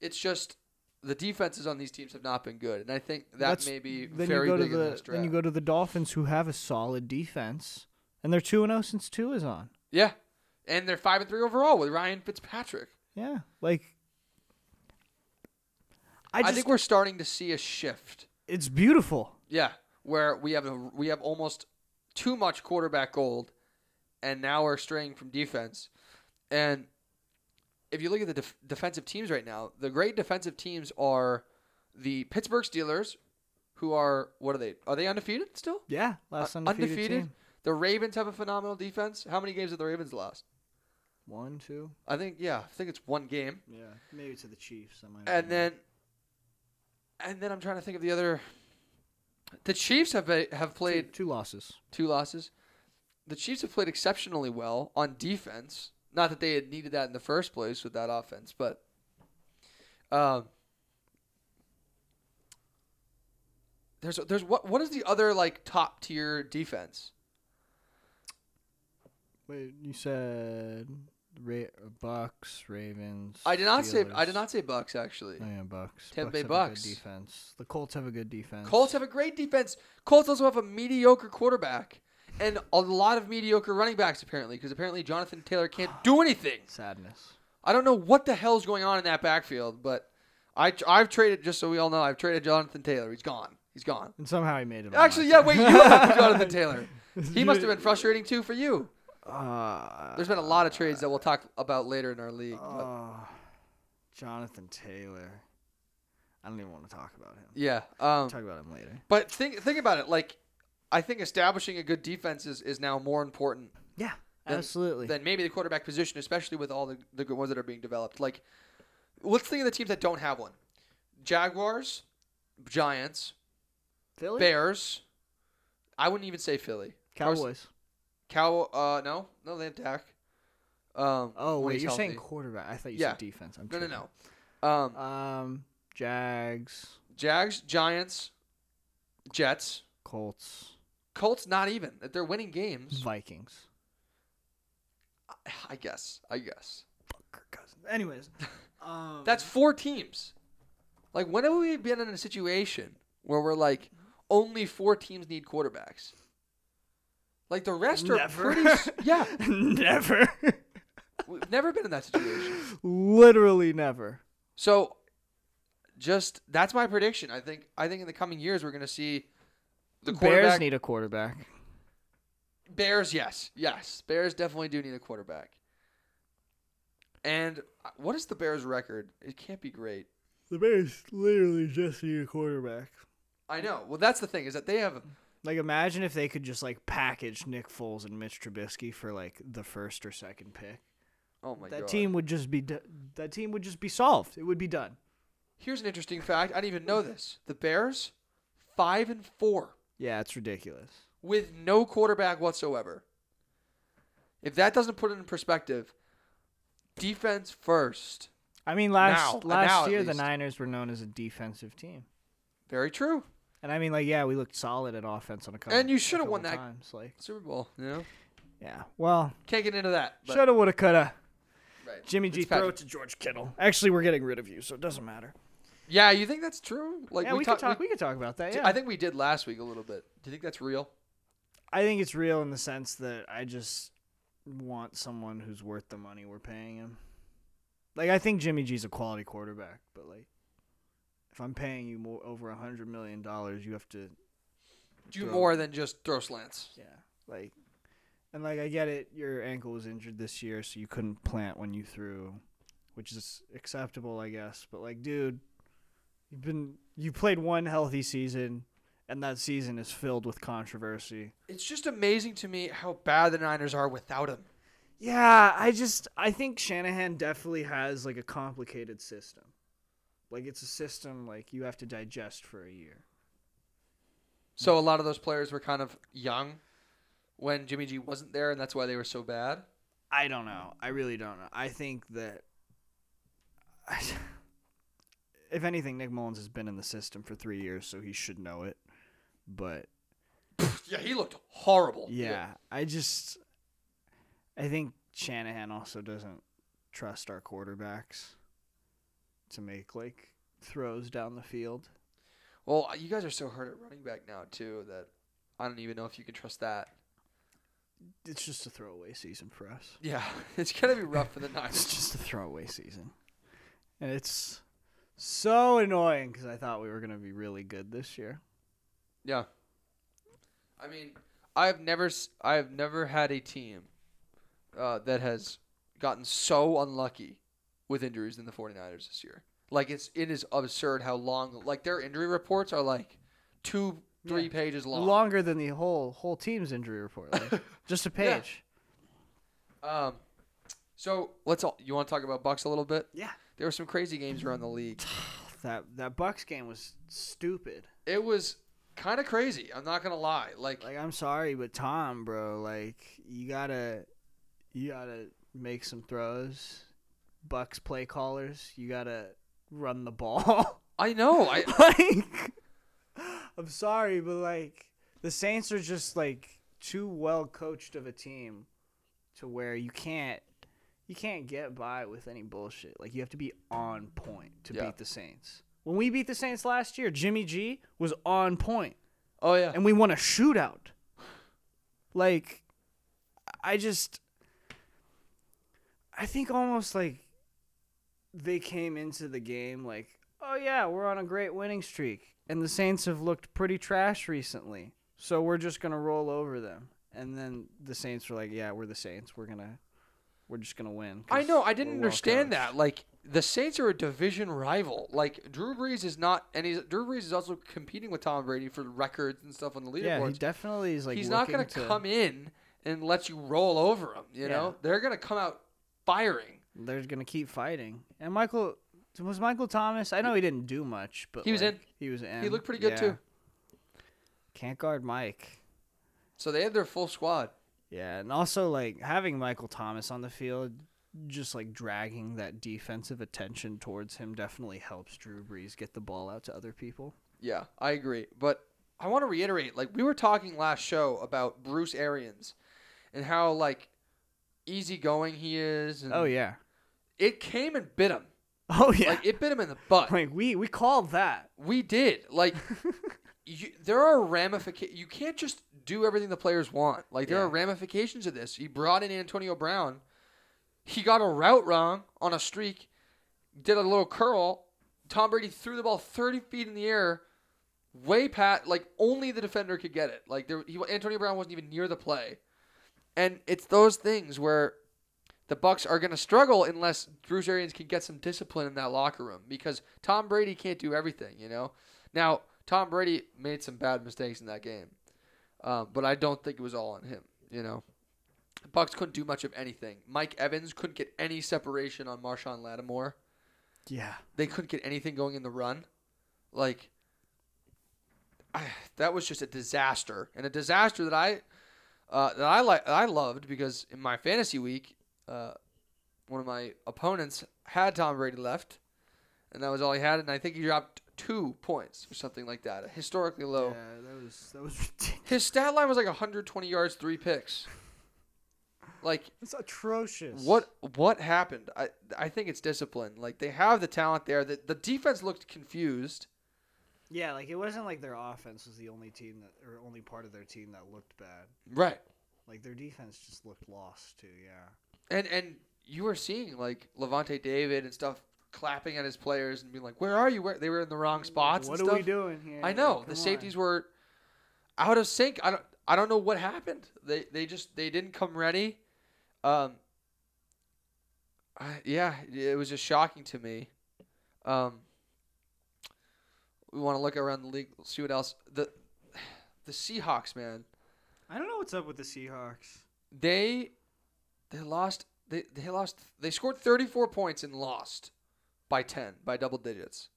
it's just the defenses on these teams have not been good, and I think that That's- may be Then very you go big to in the this draft. then you go to the Dolphins, who have a solid defense, and they're two and zero since two is on. yeah, and they're five and three overall with Ryan Fitzpatrick. Yeah, like I I, just think we're starting to see a shift. it's beautiful. Yeah, where we have a, we have almost too much quarterback gold, and now we're straying from defense. And if you look at the def- defensive teams right now, the great defensive teams are the Pittsburgh Steelers, who are what are they? Are they undefeated still? Yeah, last Uh, undefeated, team. The Ravens have a phenomenal defense. How many games have the Ravens lost? One, two. I think yeah, I think it's one game. Yeah, maybe to the Chiefs. I might And then, and then I'm trying to think of the other. The Chiefs have ba- have played two, two losses. two losses. The Chiefs have played exceptionally well on defense. Not that they had needed that in the first place with that offense, but um, there's there's what what is the other like top tier defense? Wait, you said Ra- Bucks, Ravens. I did not say I Steelers. did not say Bucks actually. Oh, yeah, Bucks. Tampa Bay have a good Bucks. defense. The Colts have a good defense. Colts have a great defense. Colts also have a mediocre quarterback and a lot of mediocre running backs apparently because apparently Jonathan Taylor can't do anything. sadness. I don't know what the hell's going on in that backfield, but I I've traded just so we all know I've traded Jonathan Taylor. He's gone. He's gone. And somehow he made it. on Actually, yeah. Oh, my Wait, team. you have Jonathan Taylor. He must have been frustrating too for you. Uh, There's been a lot of trades that we'll talk about later in our league. But oh, Jonathan Taylor. I don't even want to talk about him. yeah. Um, Talk about him later. but think think about it. Like, I think establishing a good defense is, is now more important Yeah, Then- absolutely. than maybe the quarterback position, especially with all the, the good ones that are being developed. Like, let's think of the teams that don't have one: Jaguars, Giants, Philly, Bears. I wouldn't even say Philly. Cars- Cowboys. Cow. Uh, no, no, they have Dak. Um. Oh when wait, he's you're saying healthy. quarterback? I thought you Yeah. said defense. I'm no, no, tripping. no. Um, Um, Jags, Jags, Giants, Jets, Colts, Colts. Not even. They're winning games. Vikings. I guess. I guess. Kirk Cousins. Anyways, um, That's four teams. Like, when have we been in a situation where we're like, only four teams need quarterbacks? Like the rest are Never. pretty. s- yeah, never, we've never been in that situation. literally never. So just that's my prediction. I think I think in the coming years we're going to see the Bears quarterback need a quarterback. Bears, yes. Yes. Bears definitely do need a quarterback. And uh, what is the Bears record? It can't be great. The Bears literally just need a quarterback. I know. Well, that's the thing is that they have Like, imagine if they could just like package Nick Foles and Mitch Trubisky for like the first or second pick. Oh my that god. team would just be do- that team would just be solved. It would be done. Here's an interesting fact. I didn't even know this. The Bears 5 and 4 Yeah, it's ridiculous. with no quarterback whatsoever. If that doesn't put it in perspective, defense first. I mean, last Now- uh, last now at year the least. Niners were known as a defensive team, Very true. and I mean, like, yeah, we looked solid at offense on a couple. And you a should've won couple that- Times. Like, Super Bowl. You know, yeah, well, can't get into that. But, shoulda, woulda, coulda. right. Jimmy G Fitzpatrick. throw it to George Kittle. Actually, we're getting rid of you, so it doesn't matter. Yeah, you think that's true? Like yeah, we, we, talked. could talk. We, could talk about that. Yeah, I think we did last week a little bit. Do you think that's real? I think it's real in the sense that I just want someone who's worth the money we're paying him. Like I think Jimmy G's a quality quarterback, but like if I'm paying you more over a hundred million dollars, you have to Do Throw. more than just throw slants. yeah like and like I get it. Your ankle was injured this year, so you couldn't plant when you threw, which is acceptable, I guess. But like, dude, you've been you played one healthy season, and that season is filled with controversy. It's just amazing to me how bad the Niners are without him. Yeah, I just I think Shanahan definitely has like a complicated system. Like it's a system like you have to digest for a year. So a lot of those players were kind of young when Jimmy G wasn't there, and that's why they were so bad. I don't know. I really don't know. I think that if anything Nick Mullins has been in the system for 3 years so he should know it. But Yeah, he looked horrible. yeah, I just I think Shanahan also doesn't trust our quarterbacks to make like throws down the field. Well, you guys are so hurt at running back now too that I don't even know if you can trust that. It's just a throwaway season for us. Yeah, it's gonna be rough for the It's Niners. just a throwaway season. And it's so annoying because I thought we were going to be really good this year. yeah. I mean, I've never s- I've never had a team uh, that has gotten so unlucky with injuries than the 49ers this year. Like it's it is absurd how long like their injury reports are like two three Yeah. pages long. Longer than the whole whole team's injury report. like, just a Yeah. page. Um, so let's all you want to talk about Bucks a little bit? Yeah. There were some crazy games around the league. That that Bucks game was stupid. It was kind of crazy. I'm not gonna lie. Like, Like I'm sorry, but Tom, bro, like you gotta you gotta make some throws. Bucks play callers, you gotta run the ball. I know. I like I'm sorry, but like the Saints are just like too well coached of a team to where you can't you can't get by with any bullshit. Like you have to be on point to Yeah. beat the Saints. When we beat the Saints last year, Jimmy G was on point oh yeah. and we won a shootout. Like, I just, I think almost like they came into the game like, oh yeah, we're on a great winning streak, and the Saints have looked pretty trash recently, so we're just gonna roll over them. And then the Saints were like, yeah, we're the Saints, we're gonna, we're just gonna win. I 'cause know. I didn't we're well understand coached." that. Like, the Saints are a division rival. Like, Drew Brees is not, and he's Drew Brees is also competing with Tom Brady for records and stuff on the Yeah, he leaderboards. definitely is like. he's not looking gonna to, come in and let you roll over him. You Yeah. know, they're gonna come out firing. they're gonna keep fighting. And Michael was Michael Thomas. I know he didn't do much, but He was like, in. He was in. He looked pretty good Yeah. too. Can't guard Mike. So they had their full squad. Yeah, and also like having Michael Thomas on the field, just like dragging that defensive attention towards him definitely helps Drew Brees get the ball out to other people. Yeah, I agree. But I want to reiterate, like we were talking last show about Bruce Arians and how like easygoing he is. And Oh yeah. it came and bit him. Oh yeah. Like Like, it bit him in the butt. we we called that. We did. Like you, there are ramifications. You can't just do everything the players want. Like there Yeah. are ramifications of this. He brought in Antonio Brown. He got a route wrong on a streak. Did a little curl. Tom Brady threw the ball 30 feet in the air, way pat like only the defender could get it. Like there, he, Antonio Brown wasn't even near the play, and it's those things where the Bucks are going to struggle unless Bruce Arians can get some discipline in that locker room because Tom Brady can't do everything, you know. Now Tom Brady made some bad mistakes in that game, um, but I don't think it was all on him, you know. The Bucks couldn't do much of anything. Mike Evans couldn't get any separation on Marshawn Lattimore. Yeah. They couldn't get anything going in the run, like. I, that was just a disaster, and a disaster that I, uh, that I like, I loved because in my fantasy week, uh, one of my opponents had Tom Brady left, and that was all he had. And I think he dropped two points or something like that, a historically low. that was that was ridiculous. His stat line was like 120 yards, three picks. Like It's atrocious. what what happened? I I think it's discipline. Like they have the talent there. The the defense looked confused. Yeah, like it wasn't like their offense was the only team that or only part of their team that looked bad. Right. Like their defense just looked lost too. Yeah. And and you were seeing like Levante David and stuff clapping at his players and being like, "Where are you? Where they were in the wrong spots." What and are stuff. we doing here? I know the safeties were out of sync. I don't I don't know what happened. They they just they didn't come ready. Um. I, yeah, it was just shocking to me. Um. We want to look around the league, see what else the the Seahawks man. I don't know what's up with the Seahawks. They they lost. They they lost. They scored thirty four points and lost by ten by double digits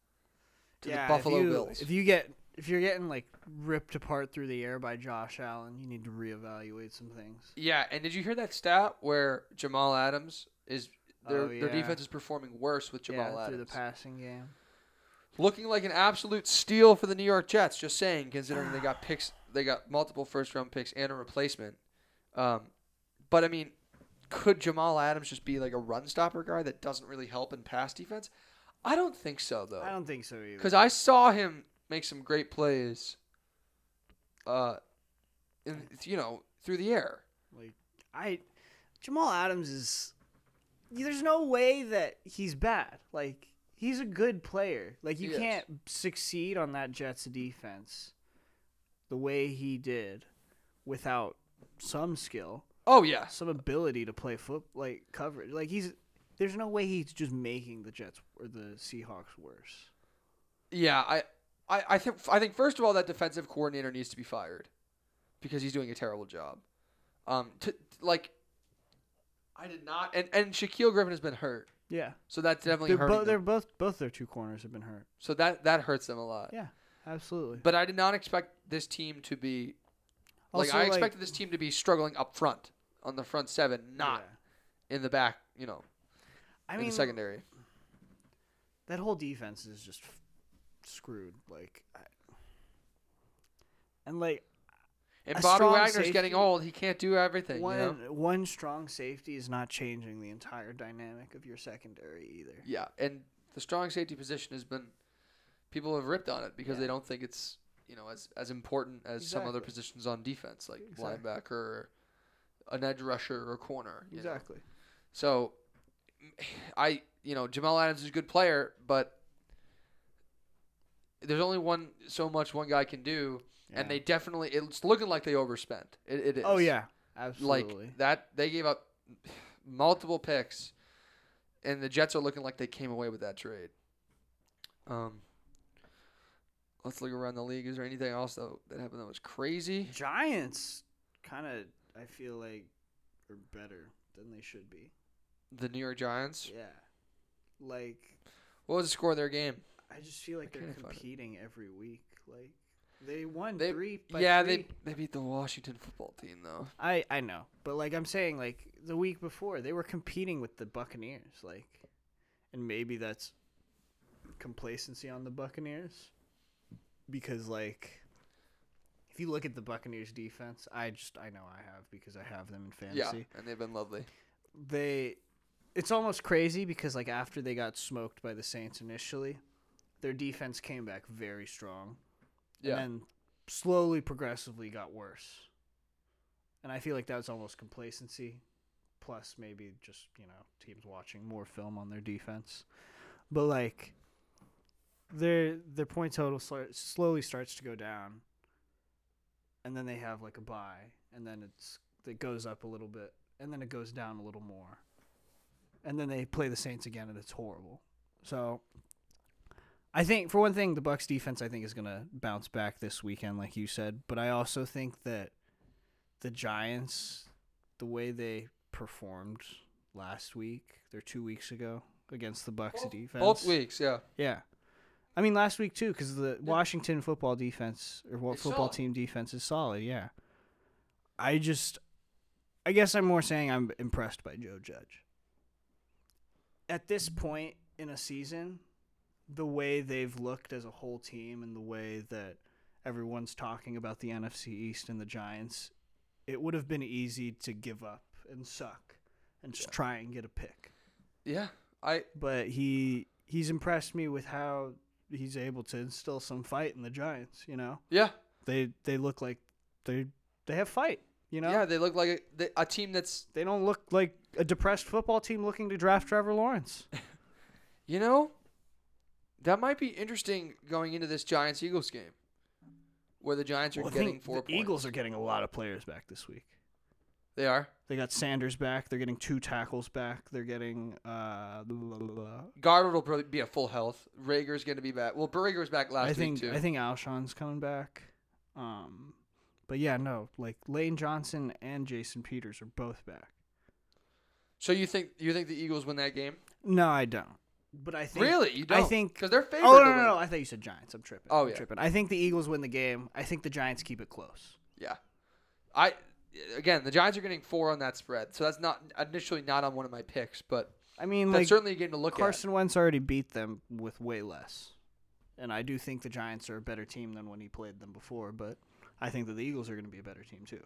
to the Buffalo if you, Bills. If you get if you're getting like ripped apart through the air by Josh Allen, you need to reevaluate some things. Yeah, and did you hear that stat where Jamal Adams is their Oh, their yeah. defense is performing worse with Jamal yeah, through Adams, the passing game. looking like an absolute steal for the New York Jets. Just saying, considering they got picks, they got multiple first round picks and a replacement. Um, but I mean, could Jamal Adams just be like a run stopper guy that doesn't really help in pass defense? I don't think so though. I don't think so either. Oh. Because I saw him make some great plays, uh, in, you know, through the air. I Jamal Adams is there's no way that he's bad. Like he's a good player. Like you He is. can't succeed on that Jets defense the way he did without some skill, Oh yeah, some ability to play foot like coverage. Like he's there's no way he's just making the Jets or the Seahawks worse. yeah. I, I, I think I think first of all that defensive coordinator needs to be fired, because he's doing a terrible job. Um, to, like, I did not, and and Shaquille Griffin has been hurt, Yeah. so that's definitely They're, hurting. bo- them. they're both both their two corners have been hurt. So that that hurts them a lot. Yeah. Absolutely. But I did not expect this team to be like Also, I expected this team to be struggling up front on the front seven, not yeah. in the back. You know, I in mean the secondary. that whole defense is just f- screwed. Like, I, and like And a Bobby strong Wagner's safety- getting old; he can't do everything. one you know? one strong safety is not changing the entire dynamic of your secondary either. Yeah, and the strong safety position has been people have ripped on it because they Yeah. don't think it's you know as as important as some other Exactly. positions on defense, like Exactly. linebacker, or an edge rusher, or corner. you know? Exactly. So, I you know Jamal Adams is a good player, but there's only one so much one guy can do, and they definitely it's looking like they overspent. It, it is. Oh yeah, absolutely. Like that they gave up multiple picks, and the Jets are looking like they came away with that trade. Um. Let's look around the league. Is there anything else though that happened that was crazy? Giants kind of I feel like are better than they should be. The New York Giants. Yeah. Like What was the score of their game? I just feel like they're can't find it. competing every week. Like they won They- three. By yeah, three. they they beat the Washington football team though. I I know, but like I'm saying, like the week before they were competing with the Buccaneers, like, and maybe that's complacency on the Buccaneers, because like if you look at the Buccaneers defense, I just I know I have because I have them in fantasy. Yeah, and they've been lovely. They, it's almost crazy because like after they got smoked by the Saints initially, their defense came back very strong and then slowly progressively got worse and i feel like that's almost complacency plus maybe just you know teams watching more film on their defense but like their their point total sl- slowly starts to go down and then they have like a bye and then it's it goes up a little bit and then it goes down a little more and then they play the saints again and it's horrible so I think for one thing, the Bucks defense I think is gonna bounce back this weekend, like you said. But I also think that the Giants, the way they performed last week, or two weeks ago against the Bucks defense, both weeks. Yeah, yeah. I mean, last week too, because the Washington football defense or what It's football solid. team defense is solid. Yeah. I just, I guess I'm more saying I'm impressed by Joe Judge. At this point in a season, the way they've looked as a whole team and the way that everyone's talking about the NFC East and the Giants, it would have been easy to give up and suck and just try and get a pick yeah. I but he he's impressed me with how he's able to instill some fight in the Giants. You know, yeah they they look like they they have fight. You know, yeah. They look like a, they- a team that's they don't look like a depressed football team looking to draft Trevor Lawrence. you know that might be interesting going into this Giants Eagles game, where the Giants are Well, I think getting four the points. Eagles are getting a lot of players back this week. They are They got Sanders back. They're getting two tackles back. They're getting uh. blah, blah, blah, blah. Goddard will probably be at full health. Rager's going to be back. Well, Rager was back last I think week too. I think Alshon's coming back. Um, but yeah, no, like Lane Johnson and Jason Peters are both back. so you think you think the Eagles win that game? No, I don't. But I think really? You don't? I think. because they're favored. Oh to no, no, win. no! I thought you said Giants. I'm tripping. Oh, I'm yeah. tripping. I think the Eagles win the game. I think the Giants keep it close. Yeah. I again, the Giants are getting four on that spread, so that's not initially not on one of my picks, but I mean, that's like certainly a game to look Carson Wentz already beat them with way less, and I do think the Giants are a better team than when he played them before. But I think that the Eagles are going to be a better team too. at.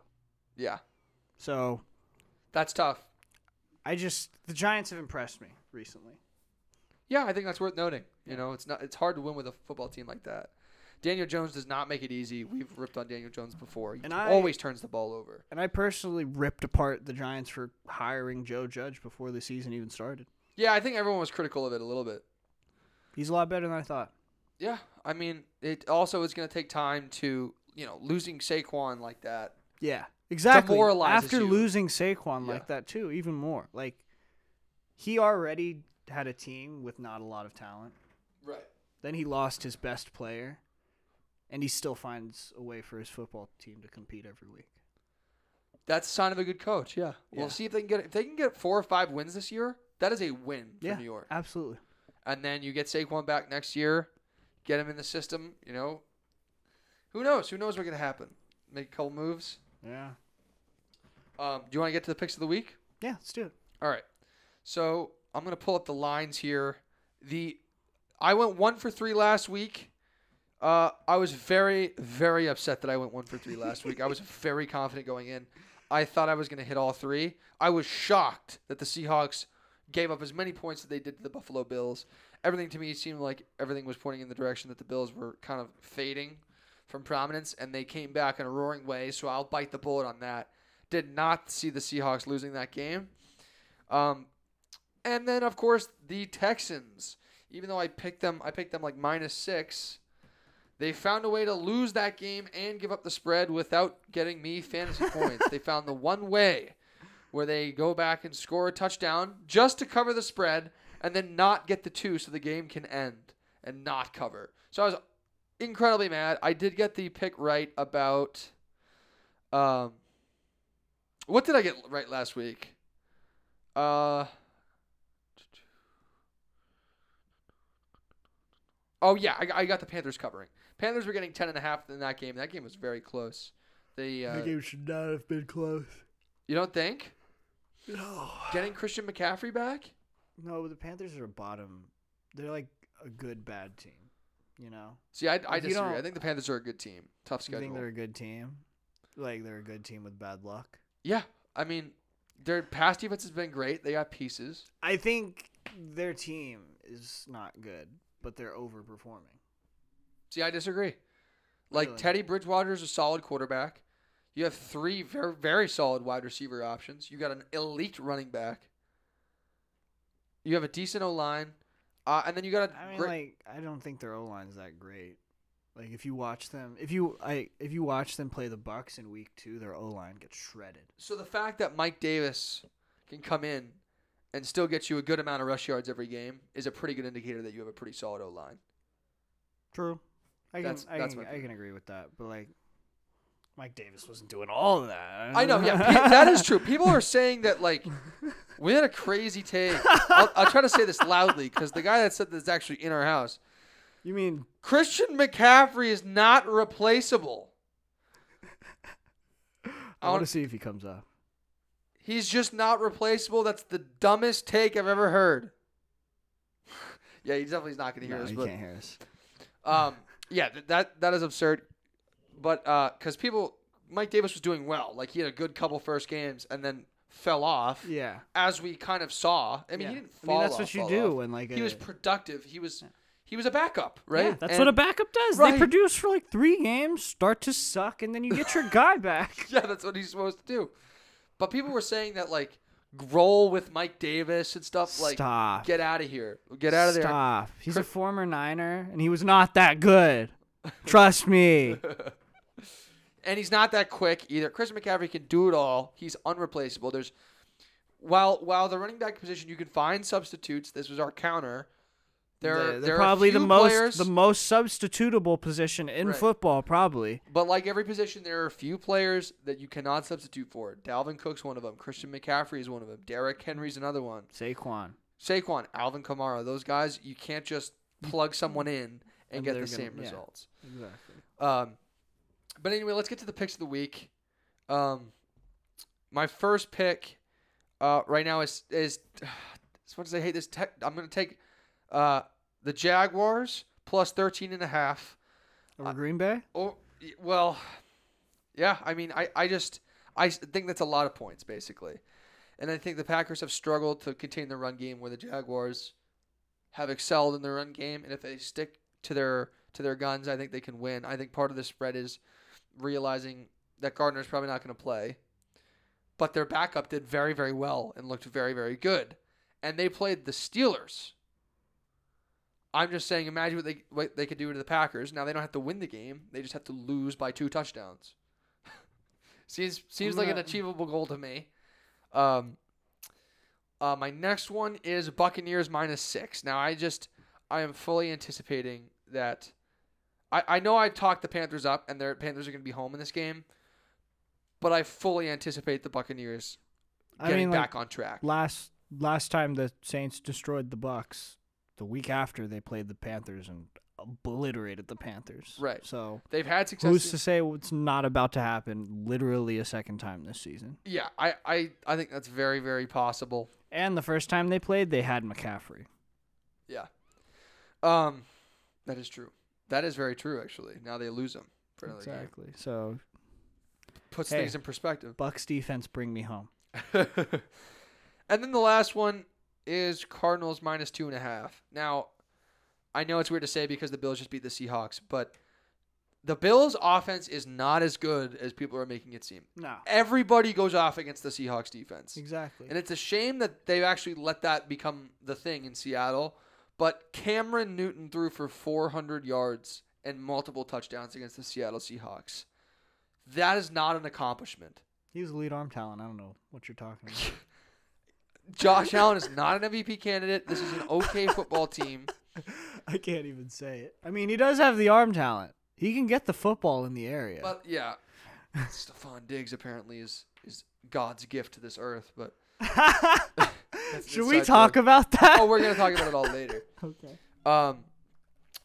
Yeah, So that's tough. I just the Giants have impressed me recently. Yeah, I think that's worth noting. You know, it's not it's hard to win with a football team like that. Daniel Jones does not make it easy. We've ripped on Daniel Jones before. He And I- always turns the ball over. And I personally ripped apart the Giants for hiring Joe Judge before the season even started. Yeah, I think everyone was critical of it a little bit. He's a lot better than I thought. Yeah, I mean, it also is going to take time to you know losing Saquon like that. Yeah, exactly. Demoralizes After you. losing Saquon Yeah. like that too, even more. Like he already had a team with not a lot of talent. Right. Then he lost his best player, and he still finds a way for his football team to compete every week. That's a sign of a good coach. Yeah. Yeah. We'll see if they can get if they can get four or five wins this year. That is a win for yeah, New York. absolutely. and then you get Saquon back next year, get him in the system. You know, who knows? Who knows what could happen? Make a couple moves. Yeah, Um, do you want to get to the picks of the week? yeah. Let's do it. All right. So I'm gonna pull up the lines here. The I went one for three last week. Uh, I was very very upset that I went one for three last week. I was very confident going in. I thought I was gonna hit all three. I was shocked that the Seahawks gave up as many points as they did to the Buffalo Bills. Everything to me seemed like everything was pointing in the direction that the Bills were kind of fading from prominence, and they came back in a roaring way. So I'll bite the bullet on that. Did not see the Seahawks losing that game. Um, and then of course the Texans. Even though I picked them, I picked them like minus six. They found a way to lose that game and give up the spread without getting me fantasy points. They found the one way where they go back and score a touchdown just to cover the spread and then not get the two so the game can end and not cover. So I was incredibly mad. I did get the pick right about um what did I get right last week? Uh Oh yeah, I, I got the Panthers covering. Panthers were getting ten and a half in that game. That game was very close. They uh, game should not have been close. you don't think No, getting Christian McCaffrey back? no. The Panthers are a bottom. They're like a good bad team. You know, See, I, I You disagree. I don't- think the Panthers are a good team. Tough you think they're schedule. a good team. Like they're a good team with bad luck. Yeah, I mean, their past defense has been great. They got pieces. I think their team is not good, but they're overperforming. See, I disagree. Like Really? Teddy Bridgewater is a solid quarterback. You have three very very solid wide receiver options. You got an elite running back. You have a decent O line, uh, and then you got a I mean, great. like I don't think their O line's that great. Like if you watch them, if you I if you watch them play the Bucks in Week Two, their O line gets shredded. so the fact that Mike Davis can come in and still get you a good amount of rush yards every game is a pretty good indicator that you have a pretty solid O line. True. I can That's- I, that's can, my I can agree with that, but like Mike Davis wasn't doing all of that. I know, yeah, pe- that is true. People are saying that like we had a crazy take. I'll, I'll try to say this loudly because the guy that said this is actually in our house. You mean Christian McCaffrey is not replaceable. I want I'll- to see if he comes up. He's just not replaceable. That's the dumbest take I've ever heard. yeah, he definitely is not going to hear No, us. he But can't hear us. um, yeah, th- that that is absurd. But because people, Mike Davis was doing well. Like he had a good couple first games and then fell off. Yeah. as we kind of saw. I mean, Yeah. he didn't fall. I mean, that's off, what you fall do off. when like He a- was productive. He was he was a backup, right? Yeah, that's And- what a backup does. Right. They produce for like three games, start to suck, and then you get your guy back. Yeah, that's what he's supposed to do. But people were saying that like roll with Mike Davis and stuff. Like, Stop. get out of here. Get out of there. Stop. He's a Chris- former Niner, and he was not that good. Trust me. and he's not that quick either. Chris McCaffrey can do it all. He's unreplaceable. There's while while the running back position you can find substitutes. This was our counter. There, they're there they're are a probably few the most players- the most substitutable position in Right. football, probably. But like every position, there are a few players that you cannot substitute for. Dalvin Cook's one of them. Christian McCaffrey is one of them. Derrick Henry's another one. Saquon. Saquon, Alvin Kamara, those guys you can't just plug someone in and, And get the they're gonna- same yeah. results. Exactly. Um, but anyway, let's get to the picks of the week. Um, my first pick uh, right now is is as much as I hate this tech, I'm going to take uh, the Jaguars plus 13 and a half. Over Green Bay? Oh, y- well, yeah. I mean, I, I just I s- think that's a lot of points basically, and I think the Packers have struggled to contain the run game where the Jaguars have excelled in their run game, and if they stick to their to their guns, I think they can win. I think part of the spread is realizing that Gardner's probably not going to play, but their backup did very very well and looked very very good, and they played the Steelers. I'm just saying, imagine what they what they could do to the Packers. Now they don't have to win the game; they just have to lose by two touchdowns. seems seems I'm like an not- achievable goal to me. Um, uh, my next one is Buccaneers minus six. Now I just I am fully anticipating that. I I know I talked the Panthers up, and their Panthers are going to be home in this game, but I fully anticipate the Buccaneers I mean, getting like, back on track. last last time the Saints destroyed the Bucks, the week after they played the Panthers and obliterated the Panthers. Right. So They've had success. who's to say what's not about to happen? Literally a second time this season. Yeah, I, I, I think that's very, very possible. And the first time they played, they had McCaffrey. Yeah. Um, that is true. That is very true, actually. Now they lose him for another game. Exactly. So Puts Hey. things in perspective. Bucks defense, bring me home. and then the last one is Cardinals minus two and a half. Now, I know it's weird to say because the Bills just beat the Seahawks, but the Bills' offense is not as good as people are making it seem. No. Everybody goes off against the Seahawks defense. Exactly. And it's a shame that they've actually let that become the thing in Seattle. But Cameron Newton threw for 400 yards and multiple touchdowns against the Seattle Seahawks. That is not an accomplishment. He's a lead arm talent. I don't know what you're talking about. Josh Allen is not an MVP candidate. This is an okay football team. I can't even say it. I mean, he does have the arm talent. He can get the football in the area. But yeah, Stephon Diggs apparently is is God's gift to this earth. But an Should we inside talk joke. about that? oh, we're gonna talk about it all later. Okay. Um,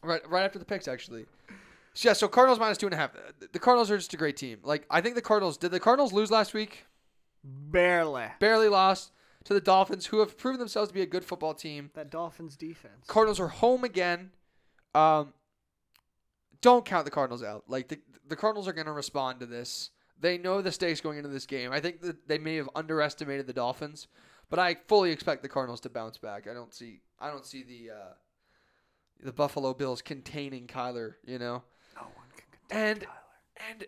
right, right after the picks, actually. So, yeah, so Cardinals minus two and a half. The- The Cardinals are just a great team. Like I think the Cardinals did. The Cardinals lose last week, Barely. barely lost to the Dolphins, who have proven themselves to be a good football team. That Dolphins defense. Cardinals are home again. Um, don't count the Cardinals out. Like the the Cardinals are going to respond to this. They know the stakes going into this game. I think that they may have underestimated the Dolphins, but I fully expect the Cardinals to bounce back. I don't see I don't see the uh, the Buffalo Bills containing Kyler. You know, no one can and and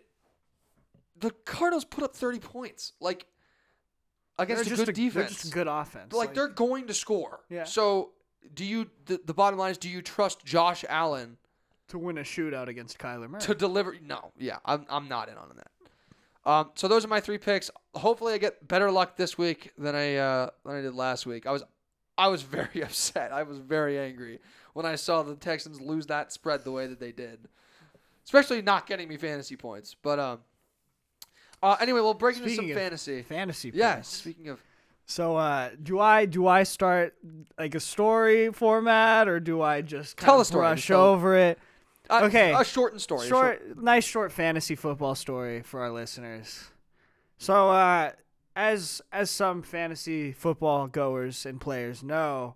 the Cardinals put up thirty points like against a good They're defense just a good offense. like, they're going to score. Yeah. So do you? The, the bottom line is, do you trust Josh Allen to win a shootout against Kyler Murray. to deliver? No. Yeah, I'm I'm not in on that. Um, so those are my three picks. Hopefully, I get better luck this week than I uh, than I did last week. I was I was very upset. I was very angry when I saw the Texans lose that spread the way that they did, especially not getting me fantasy points. But um, uh, anyway, we'll break into Speaking some of fantasy. Fantasy. yeah. points. Speaking of So uh, do I? Do I start like a story format, or do I just kind Tell of a story, brush just tell- over it? uh, Okay. a shortened story. a short- short, nice short fantasy football story for our listeners. So, uh, as as some fantasy football goers and players know,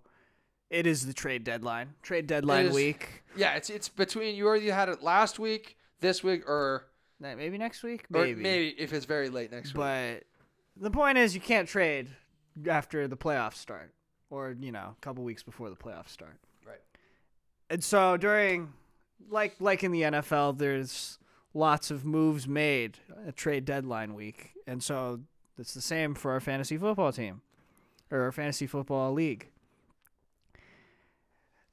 it is the trade deadline. Trade deadline is- week. Yeah, it's it's between you already had it last week, this week, or Ne- Maybe next week. or Maybe. maybe, if it's very late next week. But the point is, you can't trade after the playoffs start, or you know, a couple weeks before the playoffs start. Right. And so during, like like in the NFL, there's lots of moves made at trade deadline week, and so it's the same for our fantasy football team, or our fantasy football league.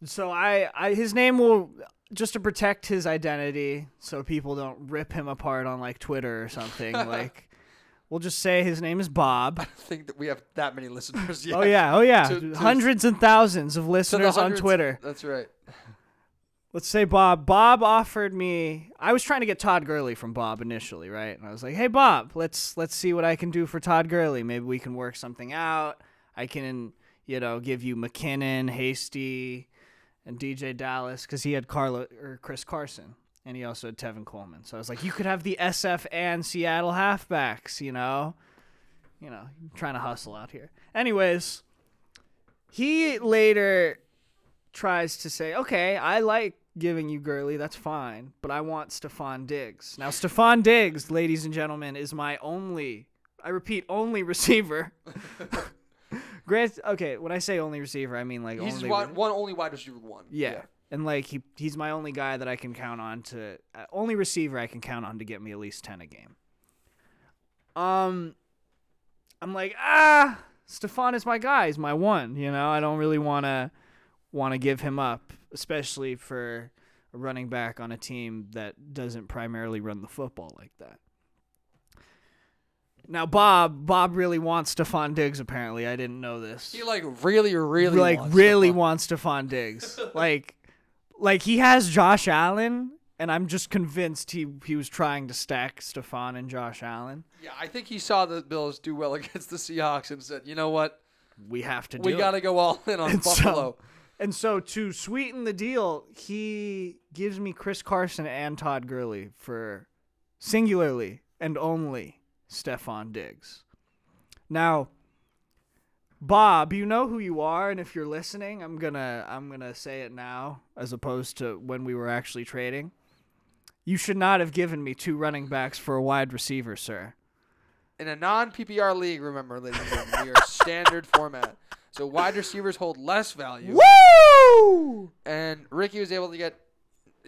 So I, I his name will just to protect his identity, so people don't rip him apart on like Twitter or something. like, we'll just say his name is Bob. I don't think that we have that many listeners yet. Oh yeah, oh yeah, To- to- hundreds and thousands of To the listeners on hundreds- Twitter. That's right. Let's say Bob. Bob offered me. I was trying to get Todd Gurley from Bob initially, right? And I was like, "Hey, Bob, let's let's see what I can do for Todd Gurley. Maybe we can work something out. I can, you know, give you McKinnon, Hasty, and DJ Dallas because he had Carlo or Chris Carson, and he also had Tevin Coleman. So I was like, you could have the SF and Seattle halfbacks. You know, you know, trying to hustle out here. Anyways, he later tries to say, okay, I like giving you Gurley, that's fine, but I want Stefan Diggs. Now, Stefan Diggs, ladies and gentlemen, is my only, I repeat, only receiver. Grant, okay, when I say only receiver, I mean like He's only one, one only wide receiver one. Yeah. And like he he's my only guy that I can count on to uh, only receiver I can count on to get me at least 10 a game. Um I'm like, "Ah, Stefan is my guy. He's my one, you know. I don't really want to want to give him up, especially for a running back on a team that doesn't primarily run the football like that. Now Bob, Bob really wants Stefan Diggs apparently. I didn't know this He like really, really like wants really Stephon- wants Stephon Diggs. like, like he has Josh Allen, and I'm just convinced he he was trying to stack Stephon and Josh Allen. Yeah, I think he saw the Bills do well against the Seahawks and said, you know what, We have to do. we it." got to go all in on And so- Buffalo. and so to sweeten the deal, he gives me Chris Carson and Todd Gurley for singularly and only Stefan Diggs. Now, Bob, you know who you are, and if you're listening, I'm gonna I'm gonna say it now as opposed to when we were actually trading. You should not have given me two running backs for a wide receiver, sir. in a non PPR league, remember, ladies and gentlemen, we are standard format. So wide receivers hold less value. Woo! And Ricky was able to get.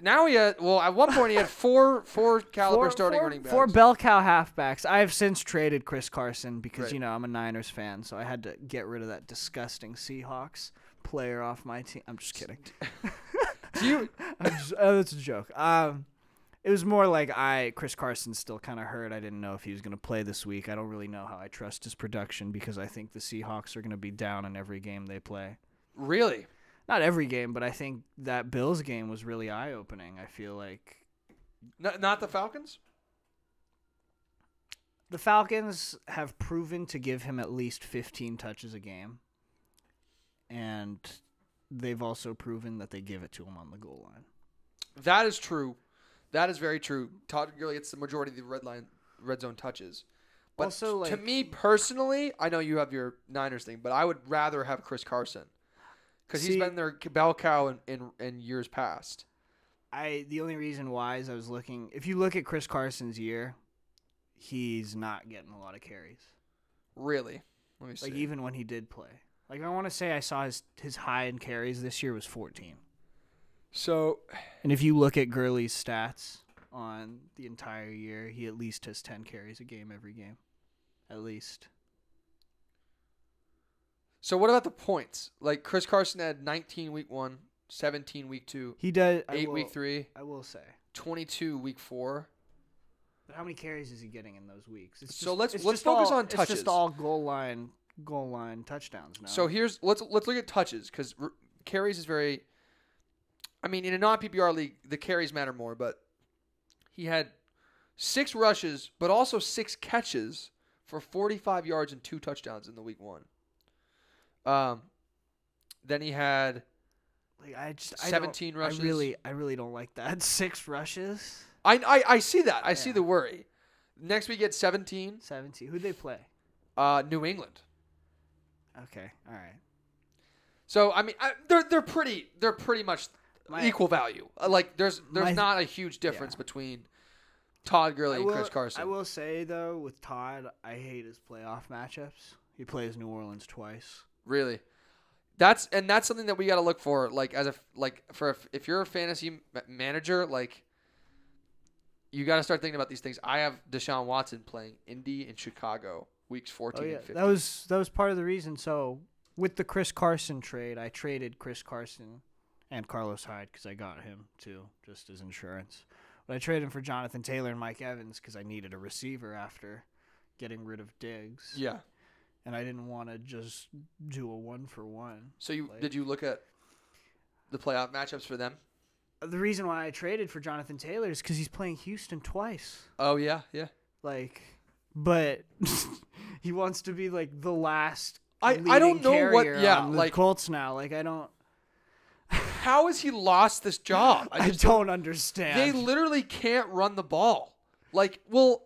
Now he had. Well, at one point he had four four caliber starting four, running backs. Four bell cow halfbacks. I have since traded Chris Carson because Right. you know I'm a Niners fan, so I had to get rid of that disgusting Seahawks player off my team. I'm just kidding. Do you- I'm just, oh, that's a joke. Um, it was more like I Chris Carson's still kind of hurt. I didn't know if he was going to play this week. I don't really know how I trust his production because I think the Seahawks are going to be down in every game they play. really? Not every game, but I think that Bills game was really eye opening. I feel like N- not the Falcons? the Falcons have proven to give him at least 15 touches a game. And they've also proven that they give it to him on the goal line. That is true. That is very true. Todd Gurley gets the majority of the red line, red zone touches. But Also, to like- me personally, I know you have your Niners thing, but I would rather have Chris Carson because he's See- been their bell cow in, in, in years past. I the only reason why is I was looking if you look at Chris Carson's year, he's not getting a lot of carries. Really? Let me see. Like even when he did play. Like I want to say I saw his his high in carries this year was 14. so And if you look at Gurley's stats on the entire year, he at least has 10 carries a game every game. At least. So what about the points? Like Chris Carson had 19 week 1, 17 week 2, He does 8 I will, week 3, I will say. 22 week 4. But how many carries is he getting in those weeks? It's So let's- let's focus all, on It's touches. just all goal line, goal line touchdowns now. So here's let's let's look at touches cuz carries is very I mean in a non PPR league, the carries matter more, but he had 6 rushes but also 6 catches for 45 yards and 2 touchdowns in the week 1. Um then he had like, I just I 17 don't, rushes. I really, I really don't like that. Six rushes, I I, I see that. I see Yeah. the worry. Next we get 17 seventeen. Who they play? uh New England. Okay, all right. So I mean, I, they're they're pretty they're pretty much My- equal value. Uh, Like there's there's My- not a huge difference between Todd Gurley I and will, Chris Carson. I will say though, with Todd, I hate his playoff matchups. He plays New Orleans twice. Really, that's and that's something that we got to look for. Like as a like for if, if you're a fantasy m- manager, like you got to start thinking about these things. I have Deshaun Watson playing Indy and Chicago weeks 14 Oh yeah, and 15. that was that was part of the reason. So with the Chris Carson trade, I traded Chris Carson and Carlos Hyde because I got him too, just as insurance. But I traded him for Jonathan Taylor and Mike Evans because I needed a receiver after getting rid of Diggs, yeah. and I didn't want to just do a one for one. So you Like- did you look at the playoff matchups for them? The reason why I traded for Jonathan Taylor is because he's playing Houston twice. Oh yeah, yeah. like but he wants to be like the last I- I leading don't know what- carrier yeah, on the like- Colts now like I don't How has he lost this job? I, just don't understand They literally can't run the ball. Like, well,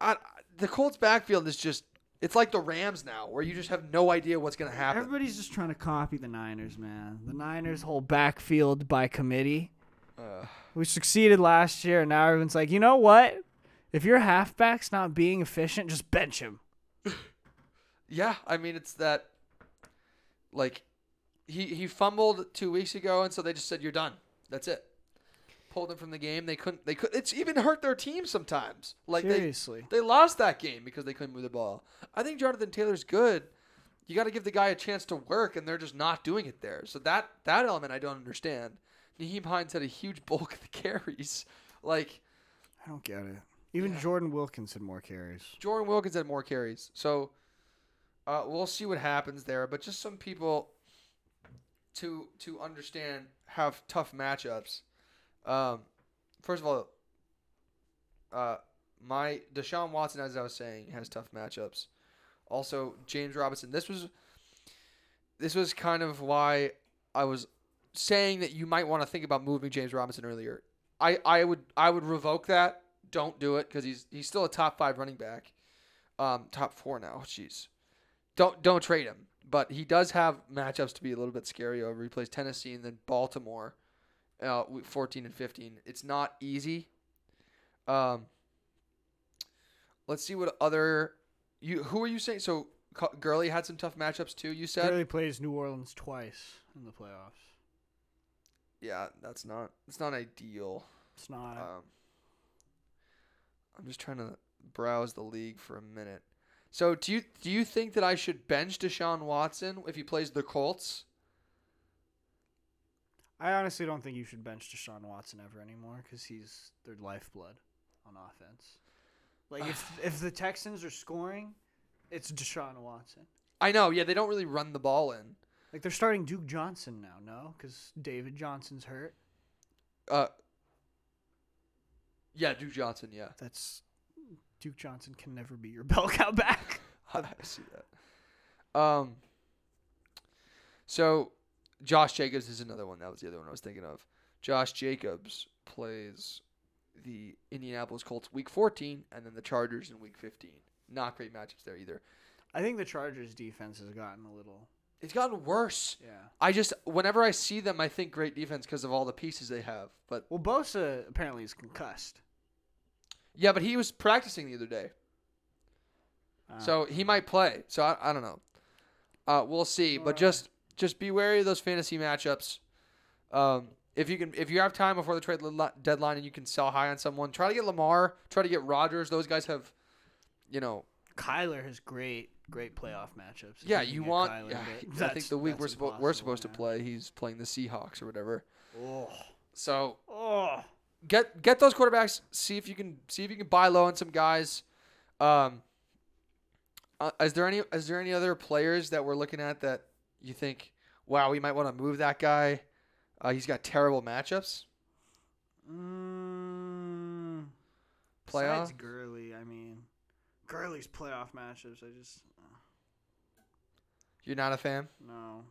I, I- the Colts' backfield is just. It's like the Rams now, where you just have no idea what's going to happen. everybody's just trying to copy the Niners man the Niners whole backfield by committee Ugh. we succeeded last year and now everyone's like you know what if your halfback's not being efficient just bench him yeah, I mean, it's that. Like he he fumbled two weeks ago, and so they just said you're done. That's it. Pulled him from the game. They couldn't. They could. It's even hurt their team sometimes. Like they Seriously. they lost that game because they couldn't move the ball. I think Jonathan Taylor's good. You got to give the guy a chance to work, and they're just not doing it there. So that that element I don't understand. Naheem Hines had a huge bulk of the carries. Like I don't get it. Even Yeah. Jordan Wilkins had more carries. Jordan Wilkins had more carries. So uh, we'll see what happens there. But just some people to to understand have tough matchups. Um, first of all, uh, my Deshaun Watson, as I was saying, has tough matchups. Also, James Robinson. This was this was kind of why I was saying that you might want to think about moving James Robinson earlier. I, I would I would revoke that. Don't do it because he's he's still a top five running back, um, top four now. Jeez, don't don't trade him. But he does have matchups to be a little bit scary over. He plays Tennessee and then Baltimore, uh, week fourteen and fifteen. It's not easy. Um, let's see what other you who are you saying? So Co- Gurley had some tough matchups too. You said Gurley plays New Orleans twice in the playoffs. yeah, that's not it's not ideal. It's not. Um, I'm just trying to browse the league for a minute. So do you do you think that I should bench Deshaun Watson if he plays the Colts? I honestly don't think you should bench Deshaun Watson ever anymore because he's their lifeblood on offense. Like if if the Texans are scoring, it's Deshaun Watson. I know, yeah, they don't really run the ball in. Like they're starting Duke Johnson now, no? Because David Johnson's hurt. Uh, yeah, Duke Johnson, yeah, That's Duke Johnson can never be your bell cow back. I see that. Um, so Josh Jacobs is another one. That was the other one I was thinking of. Josh Jacobs plays the Indianapolis Colts week 14 and then the Chargers in week 15. Not great matchups there either. I think the Chargers defense has gotten a little It's gotten worse. yeah. I just whenever I see them, I think great defense because of all the pieces they have. But Well, Bosa apparently is concussed. yeah, but he was practicing the other day, Uh, so he might play. So I, I don't know. Uh, we'll see. But just just be wary of those fantasy matchups. Um, if you can, if you have time before the trade li- deadline and you can sell high on someone, try to get Lamar. Try to get Rogers. Those guys have, you know, Kyler has great great playoff matchups. If yeah. can You get want. Kyler, yeah, but I that's- think the week that's we're supposed we're impossible supposed to now. play, he's playing the Seahawks or whatever. Oh. So Oh. get get those quarterbacks. See if you can see if you can buy low on some guys. Um, uh, is there any is there any other players that we're looking at that you think, wow, we might want to move that guy? Uh, he's got terrible matchups. Mm, Playoff. Besides Gurley, I mean, Gurley's playoff matchups. I just uh, You're not a fan. no.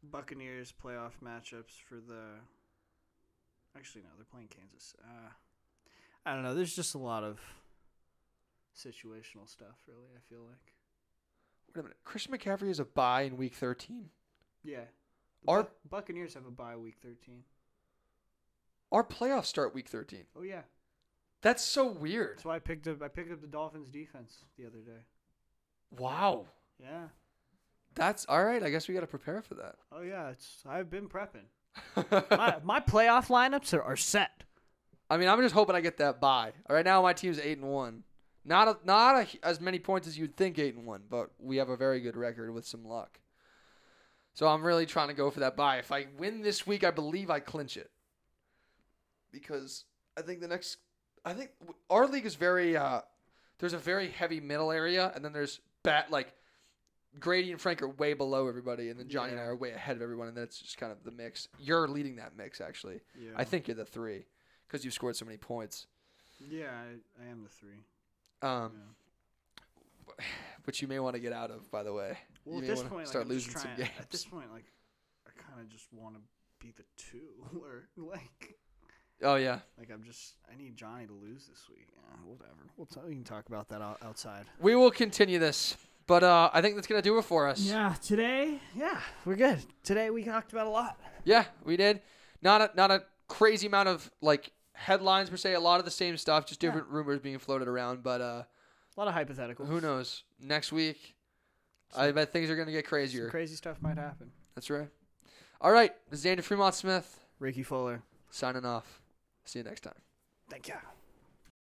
Buccaneers playoff matchups for the. Actually, no, they're playing Kansas. Uh, I don't know. There's just a lot of situational stuff, really. I feel like. Wait a minute. Christian McCaffrey is a buy in week 13. Yeah. The Our- Buc- Buccaneers have a bye week 13. Our playoffs start week 13. Oh yeah, That's so weird. that's why I picked up. I picked up the Dolphins defense the other day. Wow. Yeah. That's all right. I guess we got to prepare for that. Oh yeah, it's. I've been prepping. my, my playoff lineups are, are set. I mean, I'm just hoping I get that bye. Right now, my team's eight and one. Not a, not a, as many points as you'd think eight and one, but we have a very good record with some luck. So I'm really trying to go for that bye. If I win this week, I believe I clinch it. Because I think the next, I think w- our league is very. Uh, there's a very heavy middle area, and then there's bat like Grady and Frank are way below everybody, and then Johnny and I Yeah. are way ahead of everyone, and that's just kind of the mix. You're leading that mix actually. Yeah. I think you're the three because you've scored so many points. Yeah, I, I am the three. Um, which you may want to get out of, by the way. Well, you may at this wanna point, like, start I'm losing just some trying. games. At this point, like, I kind of just want to be the two, or like, oh yeah. like I'm just. I need Johnny to lose this week. Yeah, whatever. We'll t- we can talk about that out- outside. We will continue this, but uh, I think that's gonna do it for us. Yeah. Today. Yeah, we're good. Today we talked about a lot. Yeah, we did. Not a not a crazy amount of like headlines per se. A lot of the same stuff, just Yeah. different rumors being floated around. But uh, A lot of hypotheticals. who knows? Next week, I bet things are going to get Some crazier. crazy stuff might happen. That's right. All right. This is Andrew Fremont Smith Ricky Fuller. signing off. See you next time. Thank you.